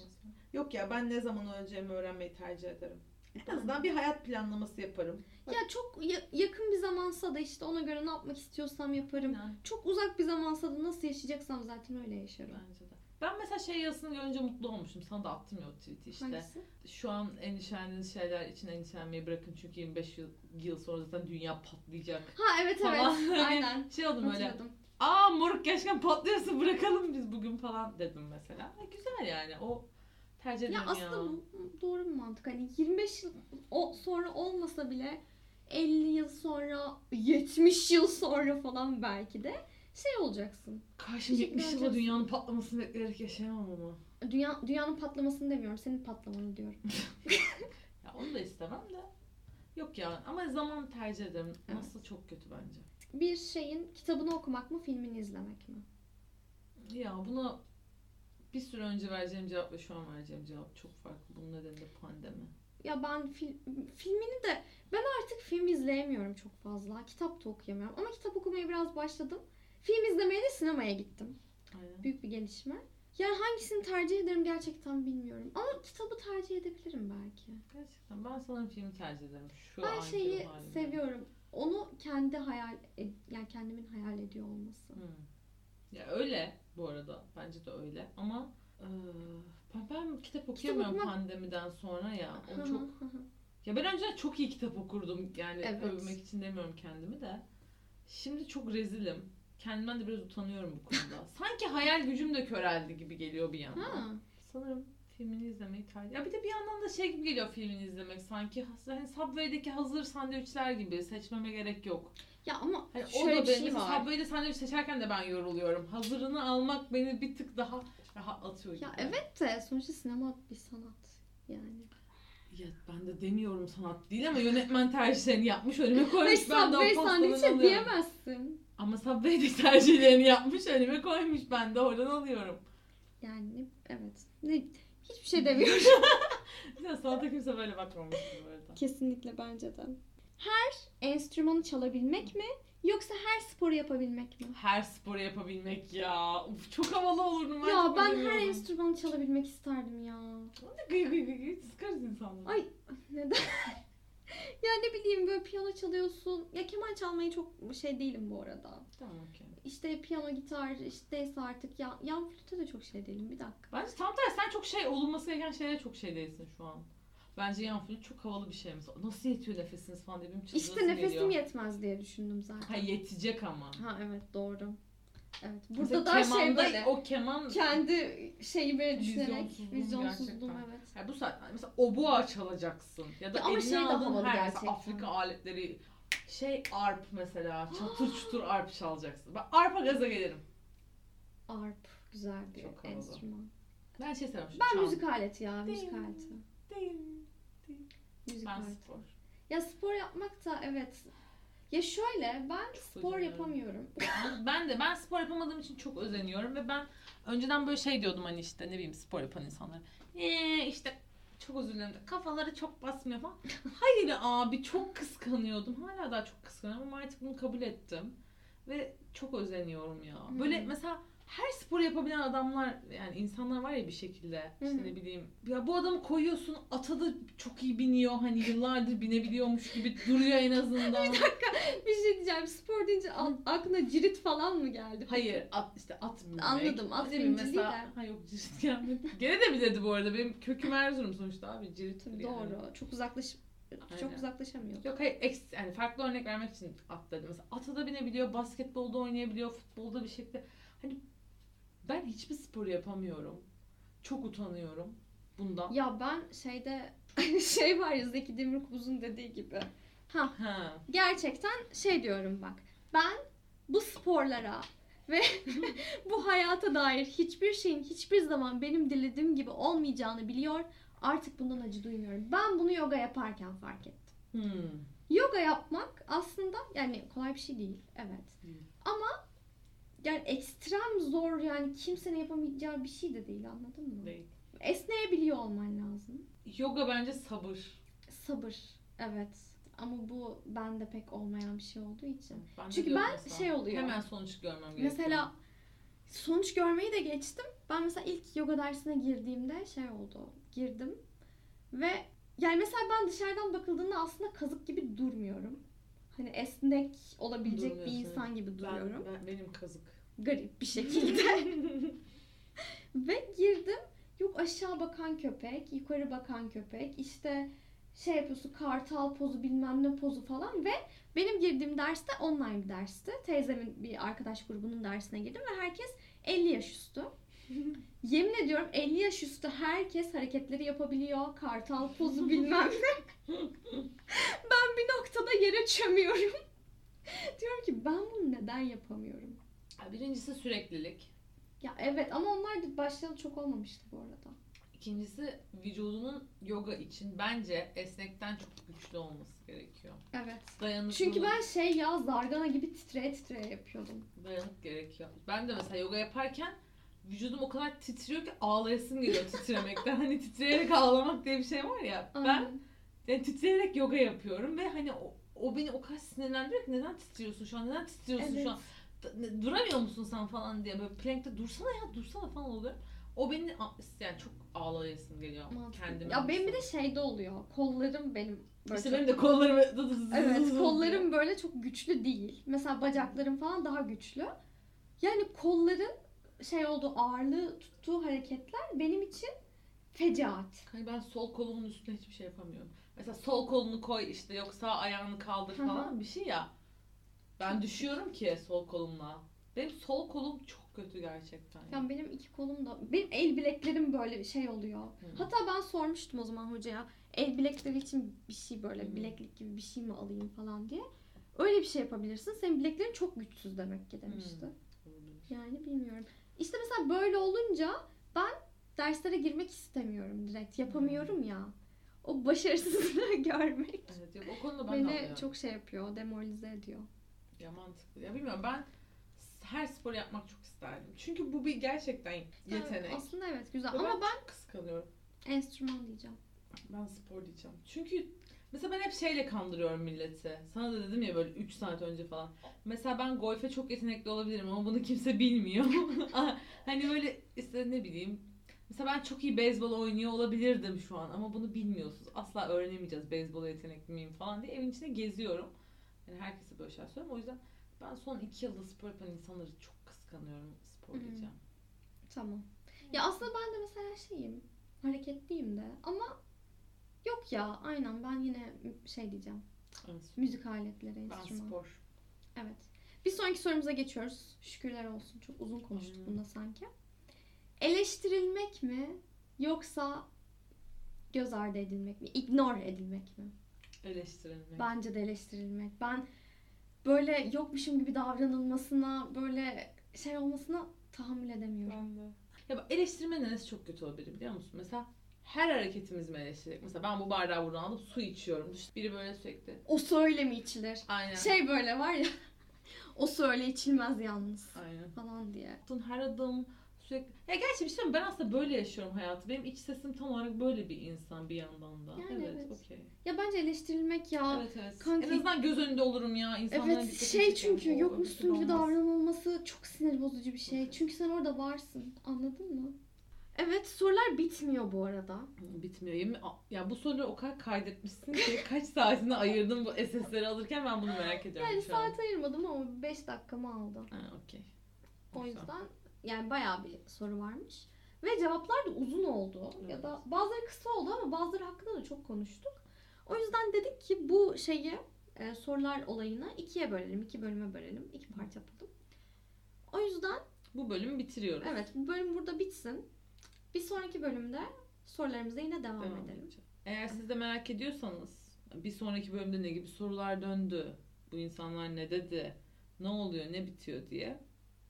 Speaker 2: Yok ya ben ne zaman öleceğimi öğrenmeyi tercih ederim. En
Speaker 1: Ben-
Speaker 2: azından bir hayat planlaması yaparım.
Speaker 1: Ya çok ya- yakın bir zamansa da işte ona göre ne yapmak istiyorsam yaparım. Çok uzak bir zamansa da nasıl yaşayacaksam zaten öyle yaşarım.
Speaker 2: Bence de. Ben mesela şey yazısını görünce mutlu olmuştum. Sana da attım ya o tweet'i işte.
Speaker 1: Hangisi?
Speaker 2: Şu an endişelendiğiniz şeyler için endişelenmeyi bırakın çünkü 25 yıl, yıl sonra zaten dünya patlayacak.
Speaker 1: Ha evet evet.
Speaker 2: Falan.
Speaker 1: Aynen.
Speaker 2: Şey oldum böyle.
Speaker 1: Hatırladım.
Speaker 2: Aa moruk gençken patlıyorsa bırakalım biz bugün falan dedim mesela. E, güzel yani o tercih
Speaker 1: Ya
Speaker 2: ederim ya.
Speaker 1: aslında bu doğru bir mantık. Hani 25 yıl o, sonra olmasa bile 50 yıl sonra, 70 yıl sonra falan belki de şey olacaksın.
Speaker 2: Karşım
Speaker 1: Teşekkür
Speaker 2: 70 yıla
Speaker 1: ederiz.
Speaker 2: şey dünyanın patlamasını bekleyerek yaşayamam ama.
Speaker 1: Dünya, dünyanın patlamasını demiyorum, senin patlamanı diyorum.
Speaker 2: Ya onu da istemem de. Yok ya ama zaman tercih ederim.
Speaker 1: Evet.
Speaker 2: Nasıl çok kötü bence.
Speaker 1: Bir şeyin kitabını okumak mı, filmini izlemek mi?
Speaker 2: Ya buna bir süre önce vereceğim cevap ve şu an vereceğim cevap çok farklı. Bunun nedeni de pandemi.
Speaker 1: Ya ben fil- filmini de ben artık film izleyemiyorum çok fazla. Kitap da okuyamıyorum ama kitap okumaya biraz başladım. Film izlemeye de sinemaya gittim.
Speaker 2: Aynen.
Speaker 1: büyük bir gelişme. Yani hangisini tercih ederim gerçekten bilmiyorum. Ama kitabı tercih edebilirim belki.
Speaker 2: Gerçekten ben sanırım filmi tercih ederim. Şu
Speaker 1: ben
Speaker 2: anki
Speaker 1: şeyi
Speaker 2: ruh halimle.
Speaker 1: seviyorum. Onu kendi hayal, ed- yani kendimin hayal ediyor olması.
Speaker 2: Hı. Hmm. Ya öyle bu arada. Bence de öyle. Ama eee, ben, ben kitap okuyamıyorum
Speaker 1: okumak-
Speaker 2: pandemiden sonra ya.
Speaker 1: Hı
Speaker 2: O
Speaker 1: hı
Speaker 2: çok
Speaker 1: hı hı.
Speaker 2: Ya ben önceden çok iyi kitap okurdum. Yani
Speaker 1: Evet.
Speaker 2: övmek için demiyorum kendimi de. Şimdi çok rezilim. Kendimden de biraz utanıyorum bu konuda. Sanki hayal gücüm de köreldi gibi geliyor bir yandan.
Speaker 1: ha.
Speaker 2: Sanırım filmini izlemeyi tercih... Ya bir de bir yandan da şey gibi geliyor filmini izlemek. Sanki has- hani Subway'deki hazır sandviçler gibi. Seçmeme gerek yok.
Speaker 1: Ya ama
Speaker 2: Hani o
Speaker 1: şöyle
Speaker 2: da
Speaker 1: bir
Speaker 2: benim.
Speaker 1: şey
Speaker 2: mesela
Speaker 1: var.
Speaker 2: Subway'de sandviç seçerken de ben yoruluyorum. Hazırını almak beni bir tık daha rahatlatıyor gibi.
Speaker 1: Ya evet de sonuçta sinema bir sanat yani.
Speaker 2: Ya ben de demiyorum sanat değil ama yönetmen tercihlerini yapmış önüme
Speaker 1: Ve
Speaker 2: koymuş. ben de o
Speaker 1: Subway
Speaker 2: pastadan alıyorum.
Speaker 1: sandviçe diyemezsin.
Speaker 2: Ama Subway'deki tercihlerini yapmış önüme koymuş ben de oradan alıyorum.
Speaker 1: Yani ne- evet. Ne, hiçbir şey demiyorum.
Speaker 2: Ya sanata kimse böyle bakmamış bu arada.
Speaker 1: Kesinlikle bence de. Her enstrümanı çalabilmek mi yoksa her sporu yapabilmek mi?
Speaker 2: Her sporu yapabilmek ya. Uf, çok havalı olurdum ben.
Speaker 1: Ya
Speaker 2: çok
Speaker 1: ben her
Speaker 2: bayılıyorum.
Speaker 1: enstrümanı çalabilmek isterdim ya.
Speaker 2: Gıy gıy gıy gıy sıkarız insanları.
Speaker 1: Ay neden? ya ne bileyim böyle piyano çalıyorsun. Ya keman çalmayı çok şey değilim bu arada.
Speaker 2: Tamam okey.
Speaker 1: İşte piyano, gitar, işte neyse artık. Ya, yan flüte de çok şey değilim bir dakika.
Speaker 2: Bence tam tersi sen çok şey olunması gereken şeylere çok şey değilsin şu an. Bence yan flüt çok havalı bir şey. Mesela Nasıl yetiyor nefesiniz falan diye benim
Speaker 1: İşte
Speaker 2: çıldırasım
Speaker 1: nefesim
Speaker 2: geliyor.
Speaker 1: yetmez diye düşündüm zaten.
Speaker 2: Ha yetecek ama.
Speaker 1: Ha evet doğru. Evet.
Speaker 2: Mesela
Speaker 1: Burada da şey
Speaker 2: kemanda
Speaker 1: böyle.
Speaker 2: O keman...
Speaker 1: Kendi şeyi böyle düşünerek
Speaker 2: Vizyonsuzluğum
Speaker 1: vizyonsuzluğum
Speaker 2: gerçekten.
Speaker 1: evet.
Speaker 2: Ya bu saat mesela obua çalacaksın ya da
Speaker 1: Ya ama
Speaker 2: eline
Speaker 1: şey de
Speaker 2: aldığın
Speaker 1: havalı
Speaker 2: her
Speaker 1: gerçekten.
Speaker 2: mesela Afrika aletleri şey arp mesela çatır çutur arp çalacaksın. Ben arpa gaza gelirim.
Speaker 1: Arp güzel bir
Speaker 2: Çok havalı.
Speaker 1: enstrüman.
Speaker 2: Ben şey seviyorum. şu
Speaker 1: Ben
Speaker 2: çal.
Speaker 1: müzik aleti ya müzik
Speaker 2: Ding.
Speaker 1: aleti.
Speaker 2: Ding.
Speaker 1: Müzik
Speaker 2: Ben
Speaker 1: aleti.
Speaker 2: spor.
Speaker 1: Ya spor yapmak da evet. Ya şöyle ben spor
Speaker 2: özeniyorum.
Speaker 1: yapamıyorum.
Speaker 2: ben de ben spor yapamadığım için çok özeniyorum ve ben önceden böyle şey diyordum hani işte ne bileyim spor yapan insanlar. Eee işte çok özür dilerim de kafaları çok basmıyor falan. Hayır abi çok kıskanıyordum. Hala daha çok kıskanıyorum ama artık bunu kabul ettim. Ve çok özeniyorum ya. Böyle
Speaker 1: Hı.
Speaker 2: mesela her spor yapabilen adamlar yani insanlar var ya bir şekilde
Speaker 1: Hı hı.
Speaker 2: işte ne bileyim ya bu adamı koyuyorsun ata da çok iyi biniyor hani yıllardır binebiliyormuş gibi duruyor en azından.
Speaker 1: bir şey diyeceğim. Spor deyince al- aklına cirit falan mı geldi?
Speaker 2: Hayır at işte at binmek.
Speaker 1: Anladım, at
Speaker 2: Ne bileyim,
Speaker 1: biniciliği de.
Speaker 2: Ha yok cirit gelmedi. Gene de bilirdi bu arada benim köküm Erzurum sonuçta abi cirit.
Speaker 1: Tabii
Speaker 2: yani.
Speaker 1: doğru. Çok uzaklaş çok
Speaker 2: Aynen.
Speaker 1: uzaklaşamıyor.
Speaker 2: Yok hayır eks, yani farklı örnek vermek için at dedim. Mesela ata da binebiliyor, basketbolda oynayabiliyor, futbolda bir şekilde. Hani ben hiçbir spor yapamıyorum. Çok utanıyorum bundan.
Speaker 1: Ya ben şeyde şey var ya Zeki Demirkubuz'un dediği gibi. Ha
Speaker 2: Ha.
Speaker 1: gerçekten şey diyorum bak. Ben bu sporlara ve bu hayata dair hiçbir şeyin hiçbir zaman benim dilediğim gibi olmayacağını biliyor. Artık bundan acı duymuyorum. Ben bunu yoga yaparken fark ettim.
Speaker 2: Hmm.
Speaker 1: Yoga yapmak aslında yani kolay bir şey değil. Evet.
Speaker 2: Değil.
Speaker 1: Ama yani ekstrem zor yani kimsenin yapamayacağı bir şey de değil anladın mı?
Speaker 2: Değil.
Speaker 1: Esneyebiliyor olman lazım.
Speaker 2: Yoga bence sabır.
Speaker 1: Sabır. Evet. Ama bu bende pek olmayan bir şey olduğu için.
Speaker 2: Ben de
Speaker 1: Çünkü
Speaker 2: diyorum
Speaker 1: ben
Speaker 2: mesela,
Speaker 1: şey oluyor.
Speaker 2: Hemen sonuç görmem gerekiyor.
Speaker 1: Mesela sonuç görmeyi de geçtim. Ben mesela ilk yoga dersine girdiğimde şey oldu. Girdim ve yani mesela ben dışarıdan bakıldığında aslında kazık gibi durmuyorum. Hani esnek olabilecek bir
Speaker 2: Durmuyorsun,
Speaker 1: insan gibi duruyorum.
Speaker 2: ben, ben- benim kazık.
Speaker 1: Garip bir şekilde. ve girdim. Yok aşağı bakan köpek, yukarı bakan köpek, işte şey yapıyorsun kartal pozu bilmem ne pozu falan ve benim girdiğim derste online bir dersti. Teyzemin bir arkadaş grubunun dersine girdim ve herkes 50 yaş üstü. Yemin ediyorum 50 yaş üstü herkes hareketleri yapabiliyor. Kartal pozu bilmem ne. ben bir noktada yere çömüyorum. diyorum ki ben bunu neden yapamıyorum?
Speaker 2: Ya Birincisi süreklilik.
Speaker 1: Ya evet ama onlar da başlayalı çok olmamıştı bu arada.
Speaker 2: İkincisi vücudunun yoga için bence esnekten çok güçlü olması gerekiyor.
Speaker 1: Evet.
Speaker 2: Dayanıklılık,
Speaker 1: Çünkü ben şey ya zargana gibi titreye titreye yapıyordum.
Speaker 2: dayanık gerekiyor. Ben de mesela yoga yaparken vücudum o kadar titriyor ki ağlayasım geliyor titremekten. hani titreyerek ağlamak diye bir şey var ya. Ben
Speaker 1: Aynen.
Speaker 2: yani titreyerek yoga yapıyorum ve hani o, o beni o kadar sinirlendiriyor ki neden titriyorsun şu an neden titriyorsun
Speaker 1: Evet.
Speaker 2: şu an D- ne- duramıyor musun sen falan diye böyle plankte dursana ya dursana falan oluyor. O beni a- yani çok ağlayasım geliyor
Speaker 1: Mantıklı.
Speaker 2: kendime.
Speaker 1: Ya benim bir de şeyde oluyor. Kollarım benim böyle
Speaker 2: İşte
Speaker 1: çok-
Speaker 2: benim de kollarım
Speaker 1: Evet kollarım böyle çok güçlü değil. Mesela bacaklarım falan daha güçlü. Yani kolların şey olduğu ağırlığı tuttuğu hareketler benim için fecaat.
Speaker 2: Hani ben sol kolumun üstüne hiçbir şey yapamıyorum. Mesela sol kolunu koy işte yok sağ ayağını kaldır
Speaker 1: Hı hı.
Speaker 2: falan bir şey ya. Ben düşüyorum ki sol kolumla. Benim sol kolum çok kötü gerçekten.
Speaker 1: Yani benim iki kolum da benim el bileklerim böyle bir şey oluyor.
Speaker 2: Hı.
Speaker 1: Hatta ben sormuştum o zaman hocaya el bilekleri için bir şey böyle
Speaker 2: Hı.
Speaker 1: bileklik gibi bir şey mi alayım falan diye. Öyle bir şey yapabilirsin. Senin bileklerin çok güçsüz demek ki demişti. Yani bilmiyorum. İşte mesela böyle olunca ben derslere girmek istemiyorum direkt. Yapamıyorum ya. O başarısızlığı görmek
Speaker 2: Evet yok o konuda ben de
Speaker 1: beni
Speaker 2: anlıyorum.
Speaker 1: çok şey yapıyor, demoralize ediyor.
Speaker 2: Ya mantıklı. Ya bilmiyorum ben her spor yapmak çok isterdim. Çünkü bu bir gerçekten yetenek.
Speaker 1: Evet, aslında evet güzel
Speaker 2: Ve
Speaker 1: ama
Speaker 2: ben çok kıskanıyorum.
Speaker 1: ben enstrüman diyeceğim.
Speaker 2: Ben spor diyeceğim. Çünkü mesela ben hep şeyle kandırıyorum milleti. Sana da dedim ya böyle 3 saat önce falan. Mesela ben golfe çok yetenekli olabilirim ama bunu kimse bilmiyor. hani böyle işte ne bileyim. Mesela ben çok iyi beyzbol oynuyor olabilirdim şu an ama bunu bilmiyorsunuz. Asla öğrenemeyeceğiz beyzbola yetenekli miyim falan diye evin içinde geziyorum. Yani herkese böyle şeyler söylüyorum. O yüzden ben son 2 yılda spor yapan insanları çok kıskanıyorum spor
Speaker 1: Hı.
Speaker 2: diyeceğim.
Speaker 1: Tamam. Ya aslında ben de mesela şeyim, hareketliyim de ama yok ya aynen ben yine şey diyeceğim.
Speaker 2: Evet.
Speaker 1: Müzik aletleri,
Speaker 2: Ben
Speaker 1: enstrüman.
Speaker 2: spor.
Speaker 1: Evet. Bir sonraki sorumuza geçiyoruz. Şükürler olsun. Çok uzun konuştuk
Speaker 2: Aynen.
Speaker 1: bunda sanki. Eleştirilmek mi yoksa göz ardı edilmek mi? Ignore edilmek mi?
Speaker 2: Eleştirilmek.
Speaker 1: Bence de eleştirilmek. Ben böyle yokmuşum gibi davranılmasına, böyle şey olmasına tahammül edemiyorum.
Speaker 2: Ben de. Ya bak eleştirme neresi çok kötü olabilir biliyor musun? Mesela her hareketimiz mi eleştirecek? Mesela ben bu bardağı buradan alıp su içiyorum. İşte biri böyle sürekli.
Speaker 1: O söyle mi içilir?
Speaker 2: Aynen.
Speaker 1: Şey böyle var ya. o söyle içilmez yalnız
Speaker 2: Aynen.
Speaker 1: falan diye.
Speaker 2: Yaptığın her adım sürekli. Ya gerçi bir şey mi? Ben aslında böyle yaşıyorum hayatı. Benim iç sesim tam olarak böyle bir insan bir yandan da.
Speaker 1: Yani
Speaker 2: evet,
Speaker 1: evet.
Speaker 2: okey.
Speaker 1: Ya bence eleştirilmek ya.
Speaker 2: Evet evet.
Speaker 1: kanki-
Speaker 2: En azından göz önünde olurum ya. İnsanların
Speaker 1: Evet
Speaker 2: dikkatini
Speaker 1: şey
Speaker 2: çekerim.
Speaker 1: çünkü
Speaker 2: O
Speaker 1: yokmuşsun gibi
Speaker 2: olmaz.
Speaker 1: davranılması çok sinir bozucu bir şey.
Speaker 2: Evet.
Speaker 1: Çünkü sen orada varsın. Anladın mı? Evet sorular bitmiyor bu arada.
Speaker 2: Bitmiyor. Yemin... Aa, Ya bu soruları o kadar kaydetmişsin ki kaç saatini ayırdın bu SS'leri alırken ben bunu merak ediyorum
Speaker 1: Yani
Speaker 2: şu an.
Speaker 1: saat ayırmadım ama 5 dakikamı aldı.
Speaker 2: Ha, okey.
Speaker 1: O
Speaker 2: Güzel.
Speaker 1: yüzden yani bayağı bir soru varmış. Ve cevaplar da uzun oldu. Ya
Speaker 2: Evet.
Speaker 1: da bazıları kısa oldu ama bazıları hakkında da çok konuştuk. O yüzden dedik ki bu şeyi e, sorular olayını ikiye bölelim. iki bölüme bölelim. iki parça yapalım. O yüzden
Speaker 2: Bu bölümü bitiriyoruz.
Speaker 1: Evet bu bölüm burada bitsin. Bir sonraki bölümde sorularımıza yine devam,
Speaker 2: Devam
Speaker 1: edelim.
Speaker 2: edeceğim. Eğer siz de merak ediyorsanız bir sonraki bölümde ne gibi sorular döndü, bu insanlar ne dedi, ne oluyor, ne bitiyor diye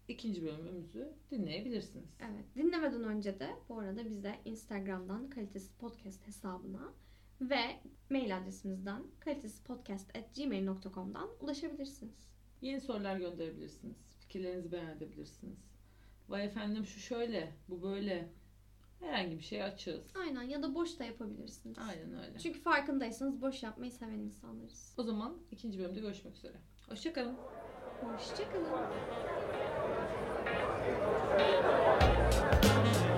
Speaker 2: ikinci bölümümüzü dinleyebilirsiniz.
Speaker 1: Evet dinlemeden önce de bu arada bize Instagram'dan kalitesiz podcast hesabına ve mail adresimizden kalitesiz ulaşabilirsiniz.
Speaker 2: Yeni sorular gönderebilirsiniz, fikirlerinizi beyan edebilirsiniz. Vay efendim şu şöyle, bu böyle. Herhangi bir şey açığız.
Speaker 1: Aynen ya da boş da yapabilirsiniz.
Speaker 2: Aynen öyle.
Speaker 1: Çünkü farkındaysanız boş yapmayı seven insanlarız.
Speaker 2: O zaman ikinci bölümde görüşmek üzere. Hoşçakalın.
Speaker 1: Hoşçakalın.